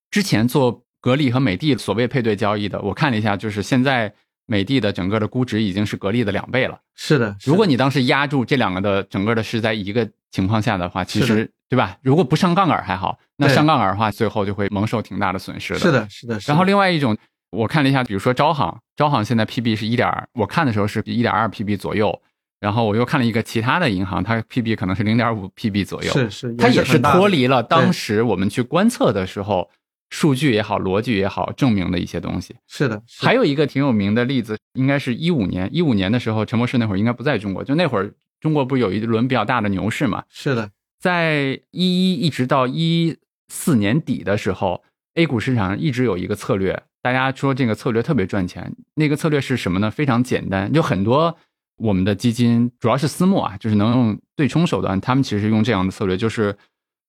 之前做格力和美的所谓配对交易的，我看了一下，就是现在美的的整个的估值已经是格力的两倍了。
是的，
如果
你
你当时压住这两个的整个的是在一个情况下的话，其
是
实对吧？如果不上杠杆还好，那
对
上杠杆的话，最后就会蒙受挺大的损失的。
是的，是的，是的
然后另外一种，我看了一下，比如说招行，招行现在 PB 是一点，我看的时候是一点二 PB 左右。然后我又看了一个其他的银行，它 PB 可能是零点五 PB 左右，
是是，
它也
是
是
很大的
脱离了当时我们去观测的时候数据也好、逻辑也好证明的一些东西。
是的，是的
还有一个挺有名的例子，应该是一五年，一五年的时候，陈博士那会儿应该不在中国，就那会儿中国不是有一轮比较大的牛市嘛，
是的，
在一一一直到一四年底的时候，A 股市场一直有一个策略，大家说这个策略特别赚钱。那个策略是什么呢？非常简单，就很多我们的基金，主要是私募啊，就是能用对冲手段，他们其实用这样的策略，就是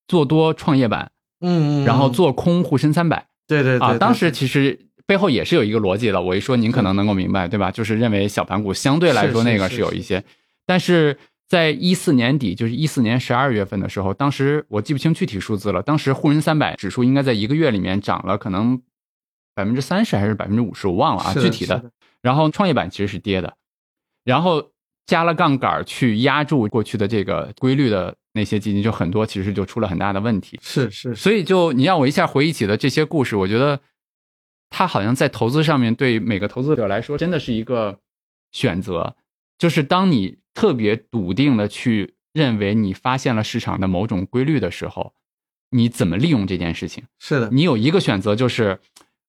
做多创业板，
嗯，嗯
然后
嗯
做空沪深三百。
对对对
啊，
对
当时其实背后也是有一个逻辑的。我一说您可能能够明白，对吧？就是认为小盘股相对来说
是是
那个
是
是有一
是
些，但是在一四年底，就是一四年十二月份的时候，当时我记不清具体数字了。当时沪深三百指数应该在一个月里面涨了可能百分之三十还是百分之五十，我忘了啊，
是
具体
是
的。然后创业板其实是跌的，然后加了杠杆儿去压住过去的这个规律的那些基金，就很多其实就出了很大的问题。
是是是
所以就你让我一下回忆起的这些故事，我觉得它好像在投资上面对每个投资者来说真的是一个选择，就是当你特别笃定的去认为你发现了市场的某种规律的时候，你怎么利用这件事情？
是的，
你有一个选择就是。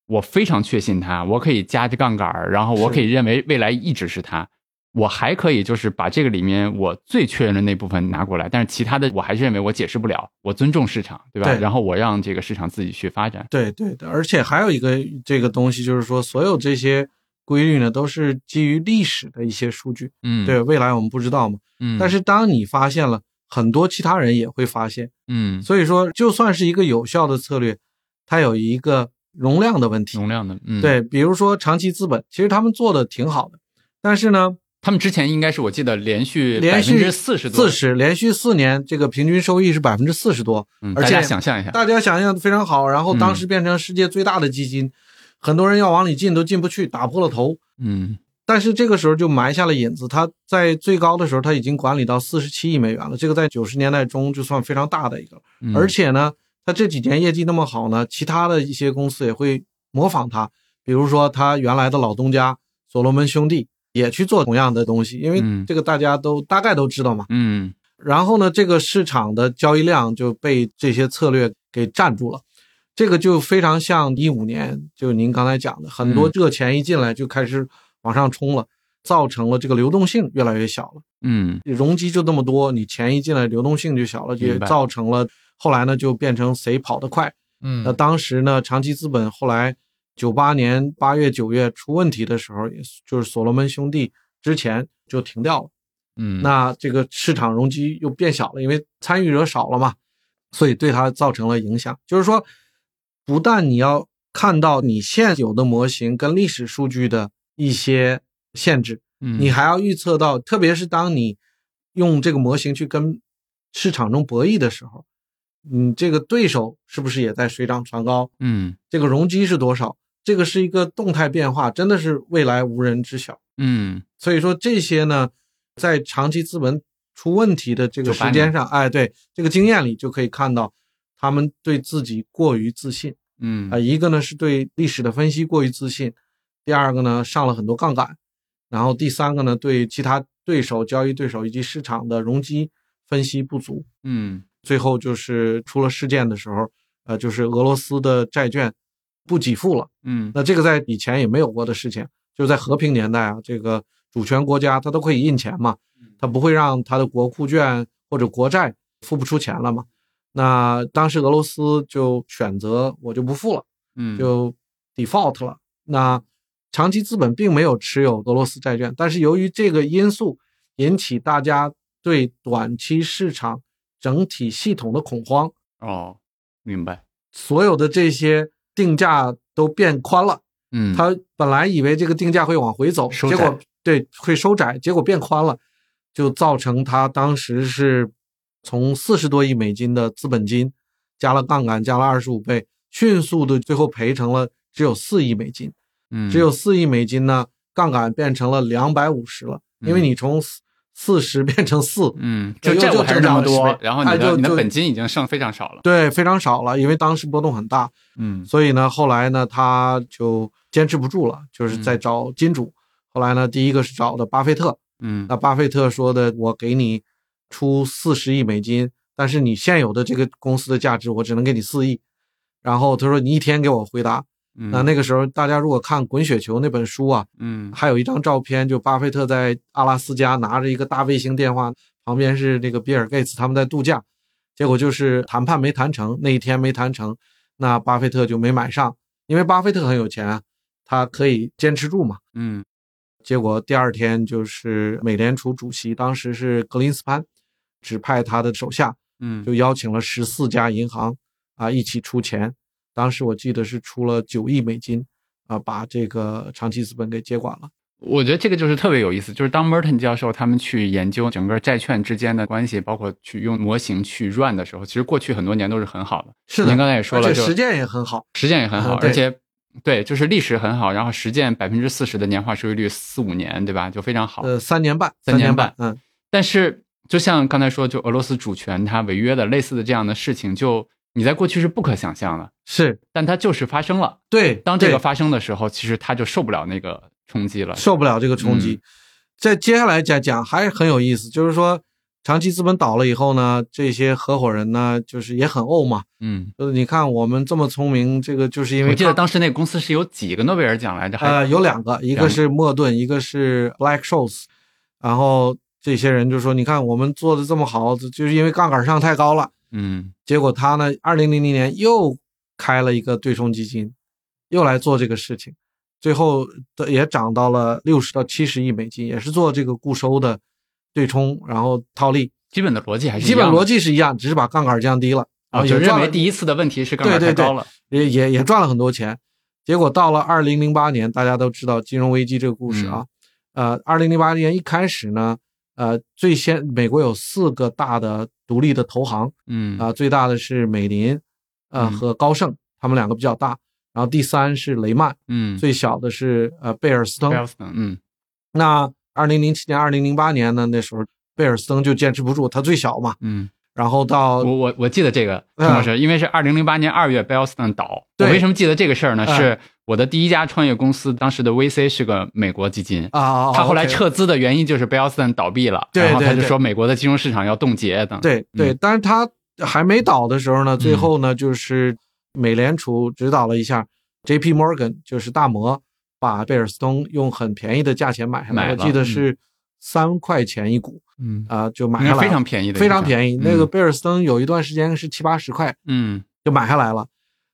我非常确信它，我可以加着杠杆儿，然后我
是
可以认为未来一直是它，我还可以就是把这个里面我最确认的那部分拿过来，但是其他的我还是认为我解释不了，我尊重市场，对吧？
对
然后我让这个市场自己去发展。
对对的，而且还有一个这个东西，就是说所有这些规律呢，都是基于历史的一些数据，
嗯
对，未来我们不知道嘛。
嗯
但是当你发现了，很多其他人也会发现，
嗯，
所以说就算是一个有效的策略，它有一个容量的问题。
容量的，嗯，，
对，比如说长期资本，其实他们做的挺好的，但是呢，
他们之前应该是我记得连续
连
百分
续
之四十多，
四十连续四年，这个平均收益是百分之四十多，
嗯，
而
大家
且
想象一下，
大家想象得非常好。然后当时变成世界最大的基金，很多人要往里进都进不去，打破了头。
嗯
但是这个时候就埋下了引子，它在最高的时候，它已经管理到四十七亿美元了，这个在九十年代中就算非常大的一个了。
嗯，
而且呢，它这几年业绩那么好呢，其他的一些公司也会模仿它，比如说它原来的老东家所罗门兄弟也去做同样的东西，因为
嗯
这个大家都大概都知道嘛。
嗯
然后呢，这个市场的交易量就被这些策略给占住了。这个就非常像一五年，就您刚才讲的，很多
嗯
热钱一进来就开始往上冲了，造成了这个流动性越来越小了。
嗯
容积就那么多，你钱一进来，流动性就小了，也
明白
造成了后来呢就变成谁跑得快。那
嗯
当时呢，长期资本后来九八年八月九月出问题的时候，也是就是所罗门兄弟之前就停掉了。
嗯，
那这个市场容积又变小了，因为参与者少了嘛，所以对它造成了影响。就是说，不但你要看到你现有的模型跟历史数据的一些限制，你
你
还要预测到，特别是当你用这个模型去跟市场中博弈的时候，你这个对手是不是也在水涨船高？
嗯
这个容积是多少？这个是一个动态变化，真的是未来无人知晓。
嗯
所以说这些呢，在长期资本出问题的这个时间上，哎，对这个经验里就可以看到，他们对自己过于自信啊、
嗯
一个呢是对历史的分析过于自信，第二个呢上了很多杠杆，然后第三个呢对其他对手、交易对手以及市场的容积分析不足，
嗯
最后就是出了事件的时候，呃，就是俄罗斯的债券不给付了。
嗯
那这个在以前也没有过的事情，就是在和平年代啊，这个主权国家它都可以印钱嘛，它不会让它的国库券或者国债付不出钱了嘛。那当时俄罗斯就选择我就不付了，
嗯，
就 default 了。那长期资本并没有持有俄罗斯债券，但是由于这个因素引起大家对短期市场整体系统的恐慌，
哦，明白，
所有的这些定价都变宽了。
嗯，
他本来以为这个定价会往回走，
收
结
窄
果对会收窄，结果变宽了，就造成他当时是从四十多亿美金的资本金，加了杠杆，加了二十五倍，迅速的最后赔成了只有四亿美金。
嗯
只有四亿美金呢，杠杆变成了两百五十了，因为你从四十变成四，
嗯，就
又
债务
又
还是
增
那
长
么
了10
多
倍，
然后你
哎
的
就
你的
就
本金已经剩非常少了，
对，非常少了，因为当时波动很大，
嗯
所以呢，后来呢，他就坚持不住了，就是在
嗯
找金主。后来呢，第一个是找的巴菲特，
嗯
那巴菲特说的，我给你出四十亿美金，但是你现有的这个公司的价值，我只能给你四亿。然后他说你一天给我回答。
嗯
那那个时候，大家如果看《滚雪球》那本书啊，
嗯
还有一张照片，就巴菲特在阿拉斯加拿着一个大卫星电话，旁边是那个比尔盖茨他们在度假，结果就是谈判没谈成，那一天没谈成，那巴菲特就没买上，因为巴菲特很有钱啊，他可以坚持住嘛。
嗯
结果第二天就是美联储主席，当时是格林斯潘，指派他的手下，
嗯
就邀请了十四家银行啊一起出钱。当时我记得是出了九亿美金啊，把这个长期资本给接管了。
我觉得这个就是特别有意思，就是当 Merton 教授他们去研究整个债券之间的关系，包括去用模型去 run 的时候，其实过去很多年都是很好的。
是的
您刚才也说了，
而且
就
实践也很好。
实践也很好，
啊对
而且对，就是历史很好，然后实践百分之四十的年化收益率，四五年，对吧？就非常好。
呃，三年半，
三年
年
半
嗯，
但是就像刚才说，就俄罗斯主权它违约的类似的这样的事情，就你在过去是不可想象的，
是
但它就是发生了。
对。
当这
对
个发生的时候，其实他就受不了那个冲击了。
受不了这个冲
嗯
击。在接下来讲讲还很有意思，就是说长期资本倒了以后呢，这些合伙人呢，就是也很怄嘛，
嗯，
就是呃你看我们这么聪明，这个就是因为
我记得
看
当时那个公司是有几个诺贝尔奖来着，还
呃有两个，一
两
个
个
是莫顿，一个是 Black Scholes，然后这些人就说你看我们做的这么好，就是因为杠杆上太高了。
嗯
结果他呢，二零零零年又开了一个对冲基金，又来做这个事情，最后的也涨到了六十到七十亿美金，也是做这个固收的对冲，然后套利，
基本的逻辑还是
基本
一样的
逻辑是一样，只是把杠杆降低了，
啊，
然后
就
也
认
赚
为
了，
第一次的问题是杠杆
对
太
对对
高了。
也也也赚了很多钱。结果到了二零零八年，大家都知道金融危机这个故事啊，
嗯
呃，二零零八年一开始呢，呃，最先美国有四个大的独立的投行。
嗯
啊、最大的是美林，呃
嗯
和高盛，他们两个比较大。然后第三是雷曼，
嗯，
最小的是呃贝尔斯
不
登。
要死嗯
那二零零七年、二零零八年呢，那时候贝尔斯登就坚持不住，他最小嘛。
嗯。
然后到
我我我记得这个陈老师，因为是二零零八年二月 Bellston 倒，我
嗯对
为什么记得这个事儿呢？
嗯
是我的第一家创业公司，当时的 VC 是个美国基金，
啊，
他后来
OK
撤资的原因就是 Bellston 倒闭了，
对
然后他
对
就
对
说美国的金融市场要冻结等。
对对，但是他还没倒的时候呢，最
嗯
后呢，就是美联储指导了一下 J.P. Morgan，就是大摩，把贝尔斯通用很便宜的价钱买下
买
来，我
了
记得
嗯
是三块钱一股
嗯，
啊、就买
应
下
该
来了，
非常便宜的，
非常便宜。那个
嗯
贝尔斯登有一段时间是七八十块
嗯
就买下来了。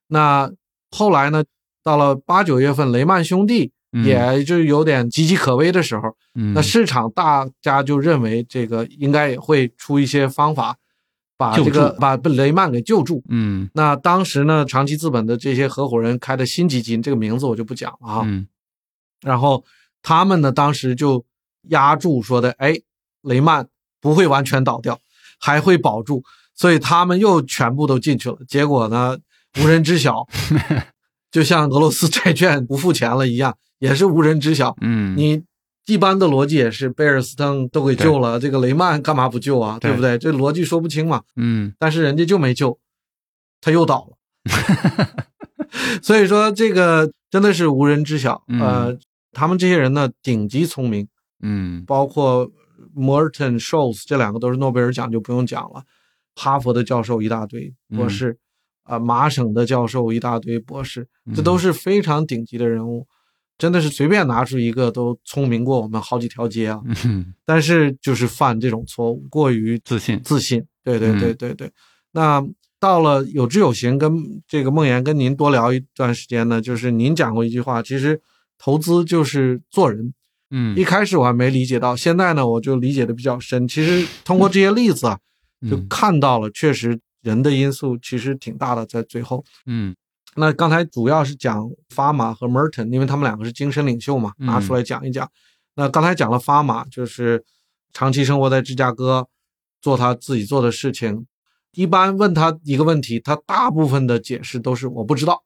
那后来呢，到了八九月份，雷曼兄弟
嗯
也就有点岌岌可危的时候，
嗯，
那市场大家就认为这个应该也会出一些方法，把
救
这个
助
把雷曼给救助。
嗯
那当时呢，长期资本的这些合伙人开的新基金，这个名字我就不讲了啊。
嗯
然后他们呢，当时就压住说的，哎，雷曼不会完全倒掉，还会保住，所以他们又全部都进去了。结果呢，无人 知晓，就像俄罗斯债券不付钱了一样，也是无人知晓。
嗯，
你一般的逻辑也是，贝尔斯登都给救了，这个雷曼干嘛不救啊？
对
对不对？这逻辑说不清嘛。
嗯
但是人家就没救，他又倒了。 所以说这个真的是无人知晓。
嗯
呃，他们这些人呢，顶级聪明，
嗯
包括 Merton Scholes 这两个都是诺贝尔奖，就不用讲了。哈佛的教授一大堆，
嗯
博士，啊、麻省的教授一大堆，博士，这
嗯
都是非常顶级的人物，真的是随便拿出一个都聪明过我们好几条街啊。
嗯
但是就是犯这种错误，过于
自信，
自信。对对
嗯
对对对。那到了有知有行，跟这个梦妍跟您多聊一段时间呢，就是您讲过一句话，其实投资就是做人。
嗯
一开始我还没理解到，现在呢我就理解的比较深。其实通过这些例子啊，就
嗯
看到了确实人的因素其实挺大的，在最后。
嗯
那刚才主要是讲 Fama 和 Merton，因为他们两个是精神领袖嘛，
嗯
拿出来讲一讲。那刚才讲了 Fama，就是长期生活在芝加哥，做他自己做的事情。一般问他一个问题，他大部分的解释都是我不知道，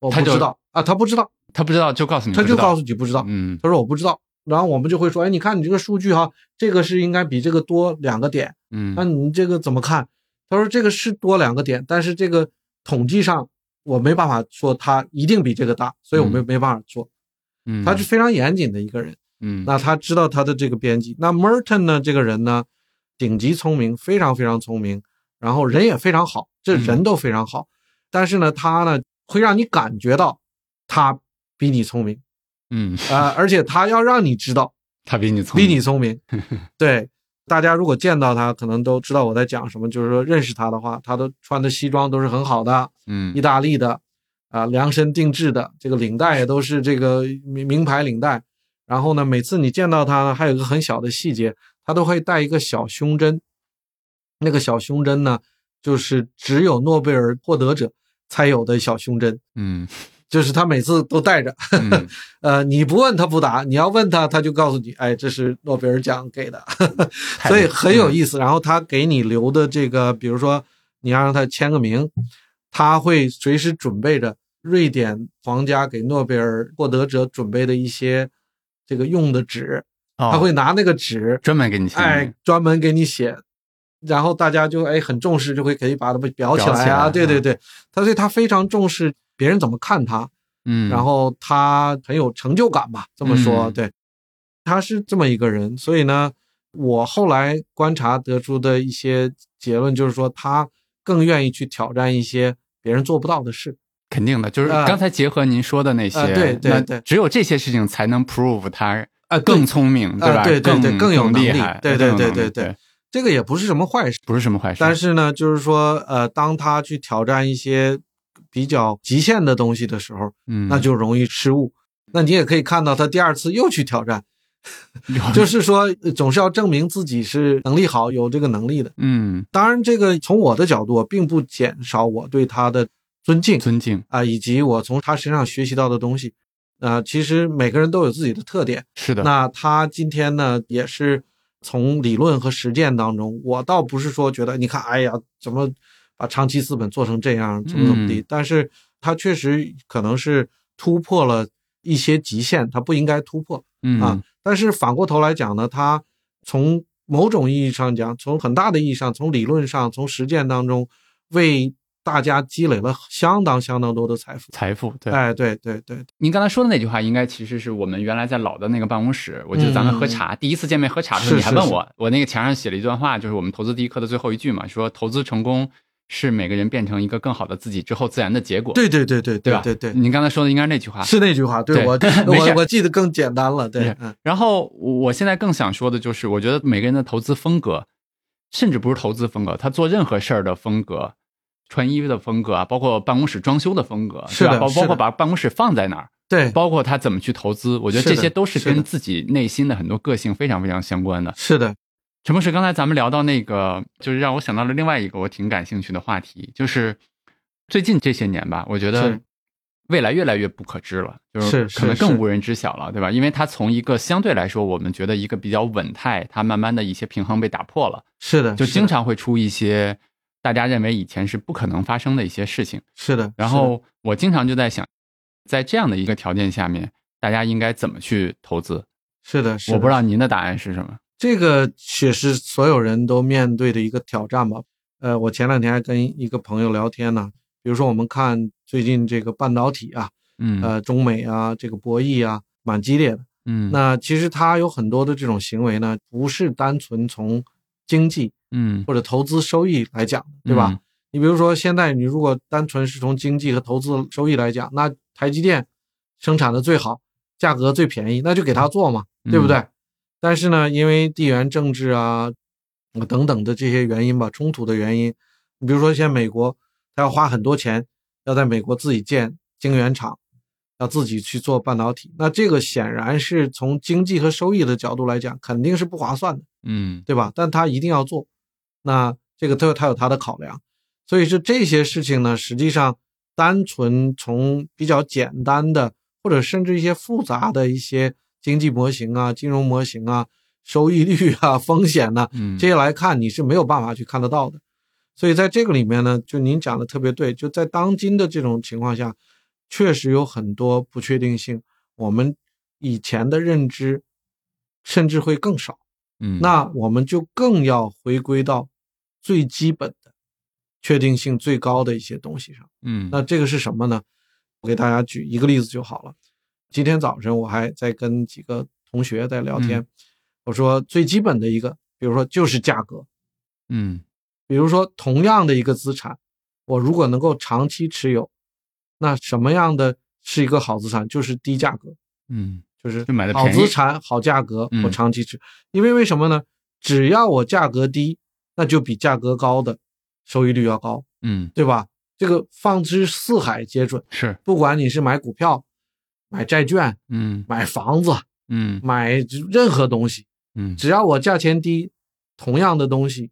我
他
不
就
知道啊，他不知道，
他不知道就告诉你，
他就告
诉，
诉你不知道，
嗯
他说我不知道，然后我们就会说，哎，你看你这个数据哈，这个是应该比这个多两个点，
嗯
那你这个怎么看？他说这个是多两个点，但是这个统计上我没办法说它一定比这个大，所以我们
嗯
没办法说。
嗯，
他是非常严谨的一个人，
嗯
那他知道他的这个边际。那 Merton 呢，这个人呢，顶级聪明，非常非常聪明，然后人也非常好，这
嗯
人都非常好，但是呢，他呢会让你感觉到他比你聪明，
嗯，
啊，而且他要让你知道。
他比你聪
比
明，
你聪明。对，大家如果见到他，可能都知道我在讲什么。就是说，认识他的话，他都穿的西装都是很好的，
嗯
意大利的，啊、量身定制的，这个领带也都是这个名名牌领带。然后呢，每次你见到他呢，还有一个很小的细节，他都会带一个小胸针。那个小胸针呢，就是只有诺贝尔获得者才有的小胸针，
嗯
就是他每次都带着。
嗯
呃，你不问他不答，你要问他，他就告诉你，哎，这是诺贝尔奖给的，所以很有意思。然后他给你留的这个，比如说你要让他签个名，他会随时准备着瑞典皇家给诺贝尔获得者准备的一些这个用的纸，
他
他会拿那个纸，
专门给你签
哎
名，，
专门给你写。然后大家就哎很重视，就会可以把他们裱起
裱起
来啊，
来
对
啊
对对，他所以他非常重视别人怎么看他，
嗯，
然后他很有成就感吧，这么说，
嗯
对，他是这么一个人，所以呢，我后来观察得出的一些结论就是说，他更愿意去挑战一些别人做不到的事，
肯定的，就是
啊
刚才结合您说的那些，
啊对对
那
对
只有这些事情才能 prove 他
啊，
更聪明，
啊
吧？
对对对
更
更有能
厉
力
害，
对
更有
对
能
对
力对
对对，这个也不是什么坏事，
不是什么坏事。
但是呢，就是说，呃，当他去挑战一些比较极限的东西的时候，
嗯，
那就容易失误。那你也可以看到，他第二次又去挑 战，
就
就是说，呃总是要证明自己是能力好，有这个能力的。
嗯，
当然，这个从我的角度并不减少我对他的尊敬
尊敬
啊、以及我从他身上学习到的东西。啊，其实每个人都有自己的特点。
是的，
那他今天呢，也是从理论和实践当中，我倒不是说觉得你看，哎呀，怎么把长期资本做成这样，怎么怎么地，但是他确实可能是突破了一些极限，他不应该突破。啊
嗯，
但是反过头来讲呢，他从某种意义上讲，从很大的意义上，从理论上，从实践当中，为大家积累了相当相当多的财富。
财富对。
哎，对对对，
您刚才说的那句话，应该其实是我们原来在老的那个办公室，我记得咱们喝茶，第一次见面喝茶的时候，
嗯是
你还
是
问
是
我，我那个墙上写了一段话，就是我们投资第一课的最后一句嘛，说投资成功是每个人变成一个更好的自己之后自然的结果，
对对对对
对吧？
对对，
您刚才说的应该是那句话，
是那句话，对
对
我
没事
我我记得更简单了，对
没事，
嗯
然后我我现在更想说的就是，我觉得每个人的投资风格，甚至不是投资风格，他做任何事儿的风格，穿衣服的风格啊，包括办公室装修的风格，
是
对吧
的
包
是的
包括把办公室放在哪儿，
对，
包括他怎么去投资，我觉得
是的
这些都是
是
跟
的
自己内心的很多个性非常非常相关的。
是的，
陈博士，刚才咱们聊到那个，就是让我想到了另外一个我挺感兴趣的话题，就是最近这些年吧，我觉得
是
未来越来越不可知了，就是
是
可能
是
更
是
无人知晓了，对吧？因为它从一个相对来说我们觉得一个比较稳态，它慢慢的一些平衡被打破了，
嗯是的，
就是
的
经常会出一些大家认为以前是不可能发生的一些事情。
是的，
然
是的
后我经常就在想，在这样的一个条件下面，大家应该怎么去投资？
是的，是
我
的
不知道您的答案是什么。
这个也是所有人都面对的一个挑战吧。呃，我前两天还跟一个朋友聊天呢，比如说我们看最近这个半导体啊，
嗯
呃，中美啊，这个博弈啊，蛮激烈的。
嗯，
那其实它有很多的这种行为呢，不是单纯从经济
嗯
或者投资收益来讲，对吧？
嗯
你比如说，现在你如果单纯是从经济和投资收益来讲，那台积电生产的最好，价格最便宜，那就给它做嘛，
嗯
对不对？但是呢，因为地缘政治啊呃等等的这些原因吧，冲突的原因，你比如说现在美国，它要花很多钱，要在美国自己建晶圆厂，要自己去做半导体，那这个显然是从经济和收益的角度来讲，肯定是不划算的。
嗯
对吧？但他一定要做，那这个他他有他的考量，所以是这些事情呢，实际上单纯从比较简单的，或者甚至一些复杂的一些经济模型啊、金融模型啊、收益率啊、 风险呐、
嗯，
这些来看，你是没有办法去看得到的。所以在这个里面呢，就您讲的特别对，就在当今的这种情况下，确实有很多不确定性，我们以前的认知甚至会更少。
嗯，
那我们就更要回归到最基本的确定性最高的一些东西上。
嗯，
那这个是什么呢？我给大家举一个例子就好了。今天早晨我还在跟几个同学在聊天，
嗯
我说最基本的一个，比如说就是价格，
嗯
比如说同样的一个资产，我如果能够长期持有，那什么样的是一个好资产？就是低价格，
嗯
就是
就买得
好
便宜
资产、好价格，
嗯
我长期持。因为为什么呢？只要我价格低，那就比价格高的收益率要高，
嗯，
对吧？这个放之四海皆准，
是，
不管你是买股票、买债券、
嗯
买房子、
嗯
买任何东西，
嗯
只要我价钱低，同样的东西，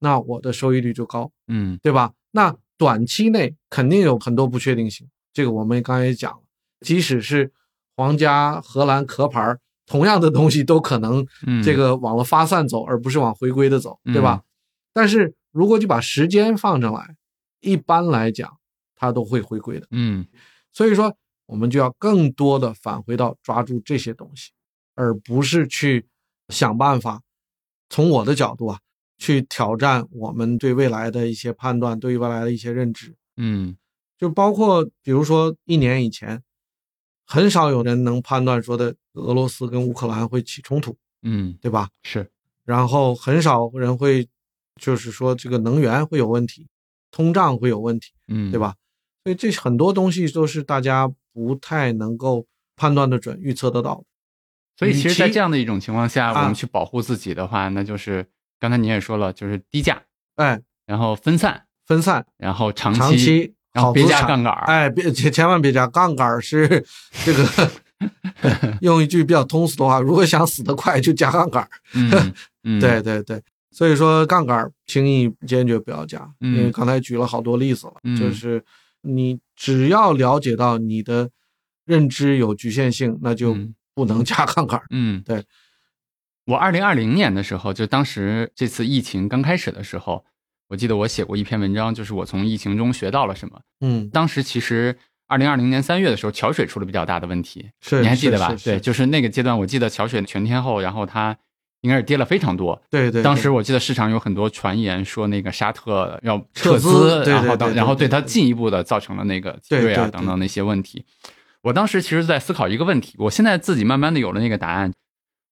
那我的收益率就高。
嗯
对吧？那短期内肯定有很多不确定性，这个我们刚才也讲了。即使是皇家荷兰壳牌儿，同样的东西都可能
嗯，
这个往了发散走，而不是往回归的走，
嗯
对吧？但是如果你把时间放上来，一般来讲它都会回归的。
嗯
所以说，我们就要更多的返回到抓住这些东西，而不是去想办法。从我的角度啊，去挑战我们对未来的一些判断，对未来的一些认知，
嗯
就包括比如说一年以前，很少有人能判断说的俄罗斯跟乌克兰会起冲突，
嗯
对吧？
是，
然后很少人会，就是说这个能源会有问题，通胀会有问题。
嗯
对？吧？所以这很多东西都是大家不太能够判断的准、预测得到的。
所以其
与
实，
其
在这样的一种情况下，
啊
我们去保护自己的话，那就是刚才你也说了，就是低价，
哎，
然后分散，
分散、
然后长
长期、
然后
好
别
资
加
产
杠杆儿
哎，别千千万别加杠杆 儿，是这个。用一句比较通俗的话，如果想死得快，就加杠杆儿。
嗯嗯，
对，对对，所以说杠杆儿轻易坚决不要加，
嗯
因为刚才举了好多例子了，
嗯
就是你只要了解到你的认知有局限性，那就
嗯
不能加杠杆儿。
嗯，
对。
我二零二零年的时候，就当时这次疫情刚开始的时候，我记得我写过一篇文章，就是我从疫情中学到了什么。
嗯，
当时其实二零二零年三月的时候，桥水出了比较大的问题，
是
你还记得
是
吧
是？是
对，就是那个阶段，我记得桥水全天候，然后它应该是跌了非常多。
对对，
当
对
时我记得市场有很多传言说那个沙特要撤
撤资对
然
对
后
对
当
对
然后对
对
它
对
进一步的造成了那个
对
挤兑啊
对
等等那些问题。我当时其实在思考一个问题，我现在自己慢慢的有了那个答案。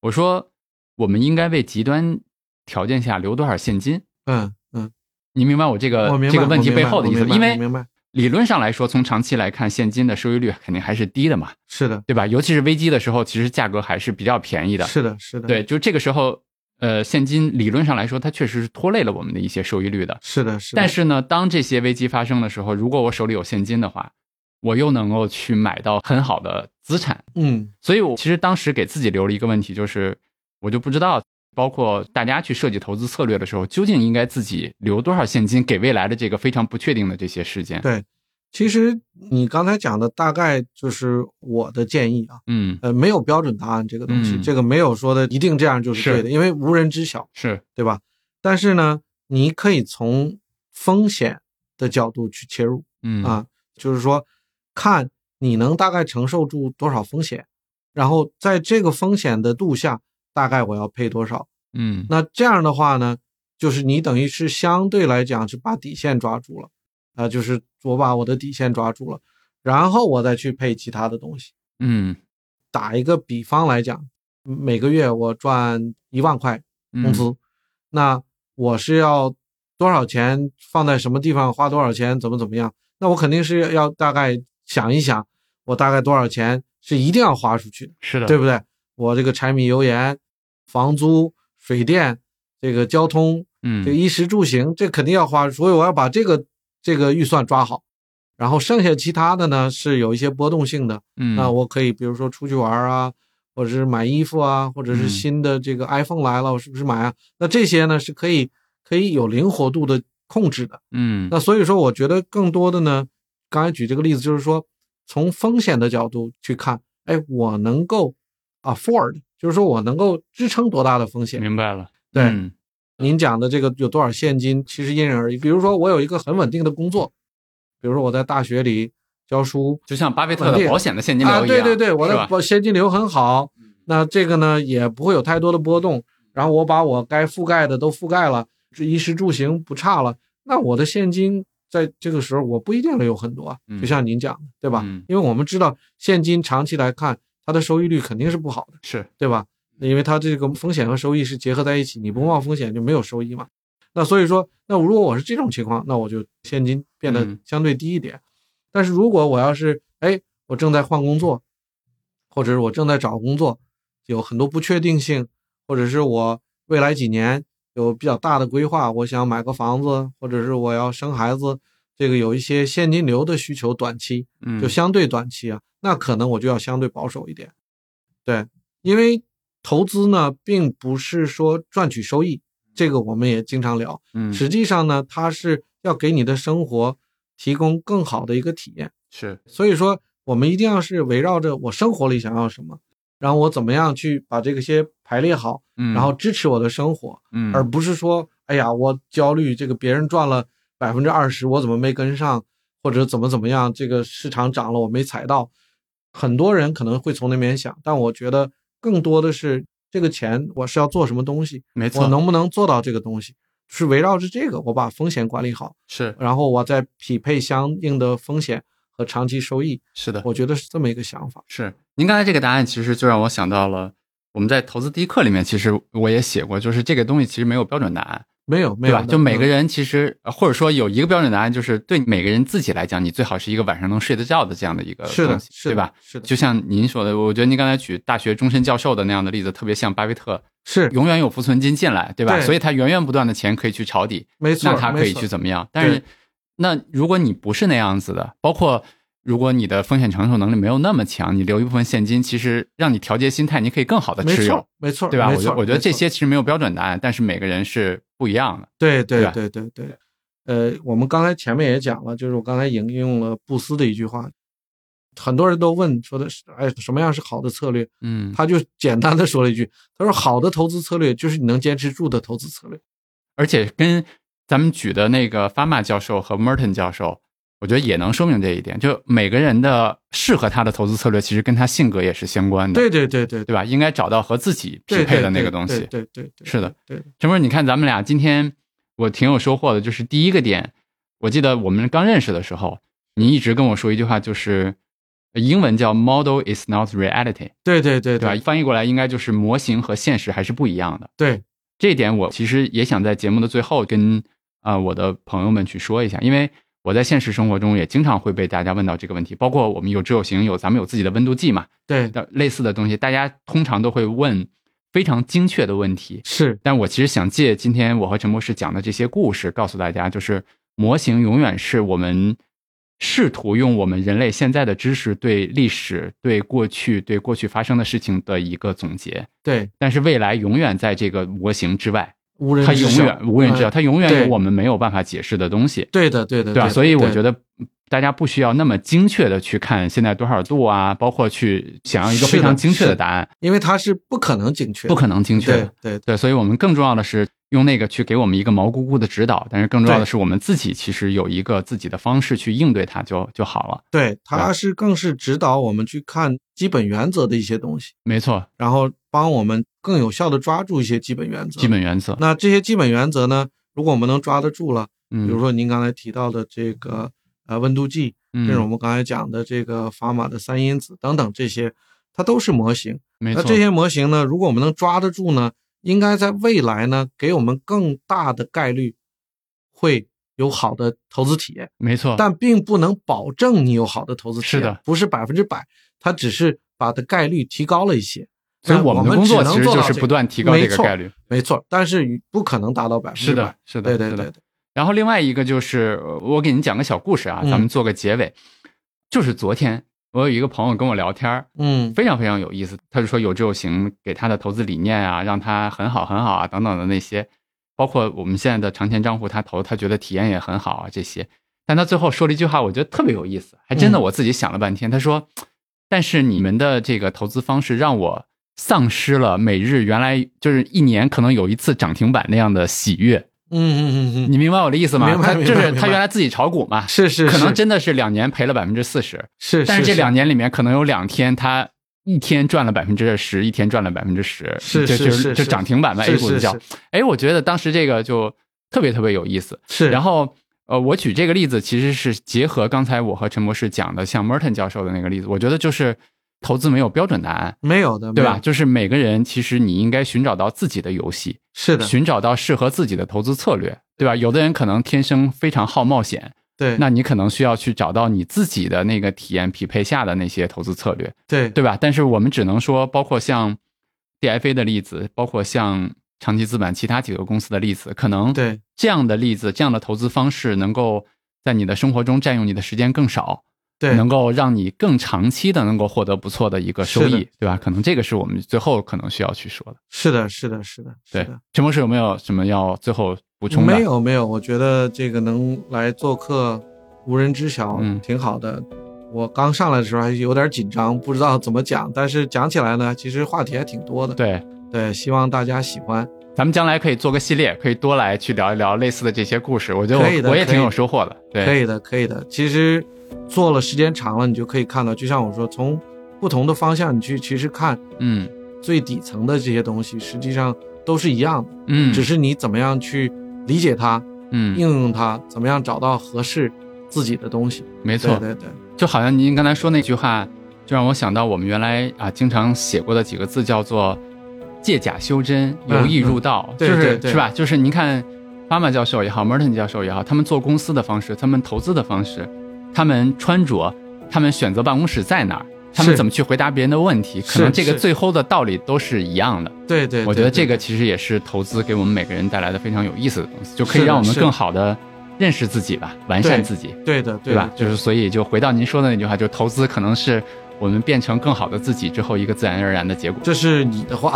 我说我们应该为极端条件下留多少现金？
嗯嗯，
你明白我这个
我明白
这个问题
我明
背
白
后的意思
我
吗？
明
因
白
为
我明白
理论上来说，从长期来看，现金的收益率肯定还是低的嘛，
是的，
对吧？尤其是危机的时候，其实价格还是比较便宜的。
是的，是的，，
对，就这个时候，呃，现金理论上来说，它确实是拖累了我们的一些收益率的。
是的，是的，
但是呢，当这些危机发生的时候，如果我手里有现金的话，我又能够去买到很好的资产。
嗯
所以，我其实当时给自己留了一个问题，就是我就不知道，包括大家去设计投资策略的时候，究竟应该自己留多少现金给未来的这个非常不确定的这些事件。
对其实你刚才讲的大概就是我的建议啊，
嗯，
呃，没有标准答案这个东西，
嗯
这个没有说的一定这样就是
是
对的，因为无人知晓，
是，
对吧？但是呢，你可以从风险的角度去切入
嗯
啊，就是说看你能大概承受住多少风险，然后在这个风险的度下，大概我要配多少。
嗯
那这样的话呢，就是你等于是相对来讲是把底线抓住了，啊、就是我把我的底线抓住了，然后我再去配其他的东西。
嗯
打一个比方来讲，每个月我赚一万块
嗯，
工资，那我是要多少钱放在什么地方，花多少钱，怎么怎么样？那我肯定是要大概想一想，我大概多少钱是一定要花出去的。
是的，
对不对？我这个柴米油盐、房租、水电、这个交通、这
嗯
衣食住行，这肯定要花，所以我要把这个这个预算抓好。然后剩下其他的呢是有一些波动性的，
嗯，
那我可以比如说出去玩啊，或者是买衣服啊，或者是
嗯
新的这个 iPhone 来了，我是不是买啊？那这些呢是可以可以有灵活度的控制的。
嗯
那所以说，我觉得更多的呢，刚才举这个例子，就是说从风险的角度去看，哎，我能够 afford，就是说我能够支撑多大的风险。
明白了，
对
嗯
您讲的这个有多少现金，其实因人而异。比如说，我有一个很稳定的工作，比如说我在大学里教书
就像巴菲特的保险的现金流
啊，
一样，
对对对，我
是
的
吧嗯
保现金流很好，那这个呢也不会有太多的波动。然后我把我该覆盖的都覆盖了，这衣食住行不差了，那我的现金在这个时候我不一定有很多啊
嗯，
就像您讲的，对吧
嗯？
因为我们知道现金长期来看，它的收益率肯定是不好的，
是
对吧？因为它这个风险和收益是结合在一起，你不冒风险就没有收益嘛。那所以说，那如果我是这种情况，那我就现金变得
嗯
相对低一点。但是如果我要是哎，我正在换工作，或者是我正在找工作，有很多不确定性，或者是我未来几年有比较大的规划，我想买个房子，或者是我要生孩子，这个有一些现金流的需求，短期，
嗯
就相对短期啊，那可能我就要相对保守一点。对，因为投资呢，并不是说赚取收益，这个我们也经常聊。
嗯
实际上呢，它是要给你的生活提供更好的一个体验。
是
所以说，我们一定要是围绕着我生活里想要什么，然后我怎么样去把这个些排列好，
嗯，
然后支持我的生活，
嗯
而不是说，哎呀，我焦虑这个别人赚了百分之二十，我怎么没跟上，或者怎么怎么样，这个市场涨了我没踩到。很多人可能会从那边想，但我觉得更多的是这个钱我是要做什么东西，
没错
我能不能做到这个东西，是围绕着这个，我把风险管理好，
是
然后我再匹配相应的风险和长期收益。
是的，
我觉得是这么一个想法。
是您刚才这个答案，其实就让我想到了我们在投资第一课里面，其实我也写过，就是这个东西其实没有标准答案，
没有，没
对
有
吧？
的，
就每个
嗯
人其实呃或者说有一个标准答案，就是对每个人自己来讲，你最好是一个晚上能睡得着的这样的一个
是的
东，西，
是的
对吧？？
是的，
就像您说的，我觉得您刚才举大学终身教授的那样的例子，特别像巴菲特，
是
永远有浮存金进来，对吧？
对
所以他源源不断的钱可以去抄底，
没错，
那他可以
没错
去怎么样？但是，那如果你不是那样子的，包括如果你的风险承受能力没有那么强，你留一部分现金，其实让你调节心态，你可以更好的
没
持有
错，，没错，
对吧？
没
我觉
错
得我觉得
没
这
错
些其实没有标准答案，但是每个人是不一样的。
对对
吧
对对对，呃，我们刚才前面也讲了，就是我刚才引用了布斯的一句话，很多人都问说的是，哎，什么样是好的策略？
嗯，
他就简单的说了一句，他说好的投资策略就是你能坚持住的投资策略。
嗯而且跟咱们举的那个法马教授和 Merton 教授。我觉得也能说明这一点，就每个人的适合他的投资策略，其实跟他性格也是相关的，
对对对对
对吧？应该找到和自己
对，
匹配的
对
那个
对
东西。
对对对，对
是的，
对
陈波，你看咱们俩今天我挺有收获的，就是第一个点，我记得我们刚认识的时候，你一直跟我说一句话，就是呃英文叫 “model is not reality”，
对对
对
对
吧？翻译过来应该就是模型和现实还是不一样的。
对
这一点我其实也想在节目的最后跟啊、呃我的朋友们去说一下，因为我在现实生活中也经常会被大家问到这个问题，包括我们有知有行，有咱们有自己的温度计嘛，
对
那类似的东西，大家通常都会问非常精确的问题。
是，
但我其实想借今天我和陈博士讲的这些故事，告诉大家，就是模型永远是我们试图用我们人类现在的知识对历史、对过去、对过去发生的事情的一个总结。
对
但是未来永远在这个模型之外，
无人
它
知
永
晓
远无人知
嗯
道，它永远
对
有我们没有办法解释的东西，
对的对的
对吧？
的
所以我
对
觉得大家不需要那么精确的去看现在多少度啊，包括去想要一个
是
非
的
常精确
是
的答案，
因为它是不可能精确，
不可能精确的
对。对
对，所以我们更重要的是用那个去给我们一个毛估估的指导，但是更重要的
对
是我们自己其实有一个自己的方式去应对它就就好了。
对，
吧
它是更是指导我们去看基本原则的一些东西，
没错，
然后帮我们更有效的抓住一些基本原则。
基本原则。
那这些基本原则呢，如果我们能抓得住了，比
嗯，
如说您刚才提到的这个呃温度计，
嗯
这是我们刚才讲的这个砝码的三因子等等这些，它都是模型。
没
那
错，
这些模型呢，如果我们能抓得住呢，应该在未来呢，给我们更大的概率会有好的投资体验。
没错，
但并不能保证你有好的投资体
哦是
验，
的
不是百分之百，它只是把的概率提高了一些。
所以
那
我
我
们的工作
只能
其实
做
就
到
是
这
不
个
断提高这
没
个
错
概率。
没错，但是不可能达到百分之
是
百
的。，是的，
对对
是的
对。对，
然后另外一个就是，呃我给你讲个小故事啊，
嗯
咱们做个结尾。就是昨天，我有一个朋友跟我聊天儿，
嗯，
非常非常有意思。他就说有志有行给他的投资理念啊，让他很好很好啊等等的那些，包括我们现在的长钱账户，他投他觉得体验也很好啊这些。但他最后说了一句话，我觉得特别有意思，还真的
嗯
我自己想了半天。他说：“但是你们的这个投资方式让我丧失了每日原来就是一年可能有一次涨停板那样的喜悦。
嗯嗯嗯
你明白我的意思吗？
明白
他
明白
就是
明白
他原来自己炒股嘛
嗯，，是是，
可能
是
真的是两年赔了百分之四十，
是，
但是这两年里面可能有两天他。一天赚了百分之十，一天赚了百分之十，
是
就是
是
就是就涨停板嘛
是
，A 股
是
就叫
是。
哎，我觉得当时这个就特别特别有意思。
是，
然
后
后呃，我举这个例子其实是结合刚才我和陈博士讲的，像 Merton 教授的那个例子，我觉得就是投资没有标准答案，
没有的，
对
没
吧？
有？
就是每个人其实你应该寻找到自己的游戏，
是的，
寻找到适合自己的投资策略，对吧？有的人可能天生非常好冒险，
对，
那你可能需要去找到你自己的那个体验匹配下的那些投资策略，
对
对吧？但是我们只能说，包括像 DFA 的例子，包括像长期资本其他几个公司的例子，可能
对
这样的例子，这样的投资方式能够在你的生活中占用你的时间更少，
对，
能够让你更长期的能够获得不错的一个收
是的
益，对吧？可能这个是我们最后可能需要去说的。
是的，是的，是的，是
对
的，
陈博士有没有什么要最后补充的？
没，有没有，我觉得这个能来做客，无人知晓，
嗯
挺好的。我刚上来的时候还有点紧张，不知道怎么讲，但是讲起来呢，其实话题还挺多的。
对。
对，希望大家喜欢。
咱们将来可以做个系列，可以多来去聊一聊类似的这些故事。我觉得
可以的
我我也挺
可以
有收获的。对，
可以的，可以的。其实做了时间长了，你就可以看到，就像我说，从不同的方向你去其实看
嗯
最底层的这些东西，实际上都是一样的，
嗯，
只是你怎么样去理解它、
嗯，
应用它，怎么样找到合适自己的东西。
没
对
错，
对对，
就好像您刚才说那句话，就让我想到我们原来啊经常写过的几个字，叫做借假修真，
嗯
由易入道，
对
就是
对对
是吧？就是您看，巴马教授也好，Merton 教授也好，他们做公司的方式，他们投资的方式，他们穿着，他们选择办公室在哪儿。他们
是
怎么去回答别人的问题？可
是
能这个
是
最后的道理都是一样的。
对对，
我觉得
对
这个
对
其实也是投资给我们每个人带来的非常有意思的东西，就可以
是的
让我们
是的
更好的认识自己吧，完善自己。
对的，
对吧？就是所以就回到您说的那句话，就投资可能是我们变成更好的自己之后一个自然而然的结果。
这是你的话。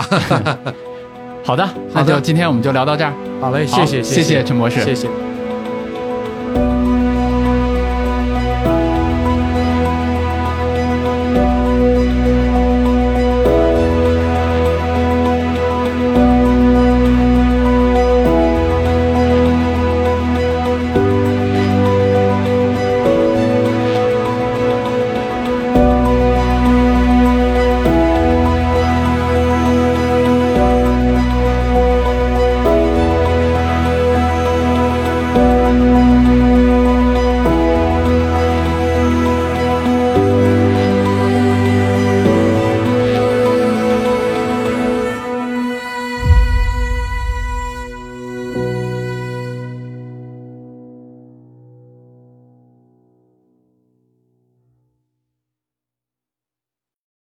好的，那
好的
就今天我们就聊到这儿。
好嘞，
好
谢谢，
谢谢陈博士
谢谢。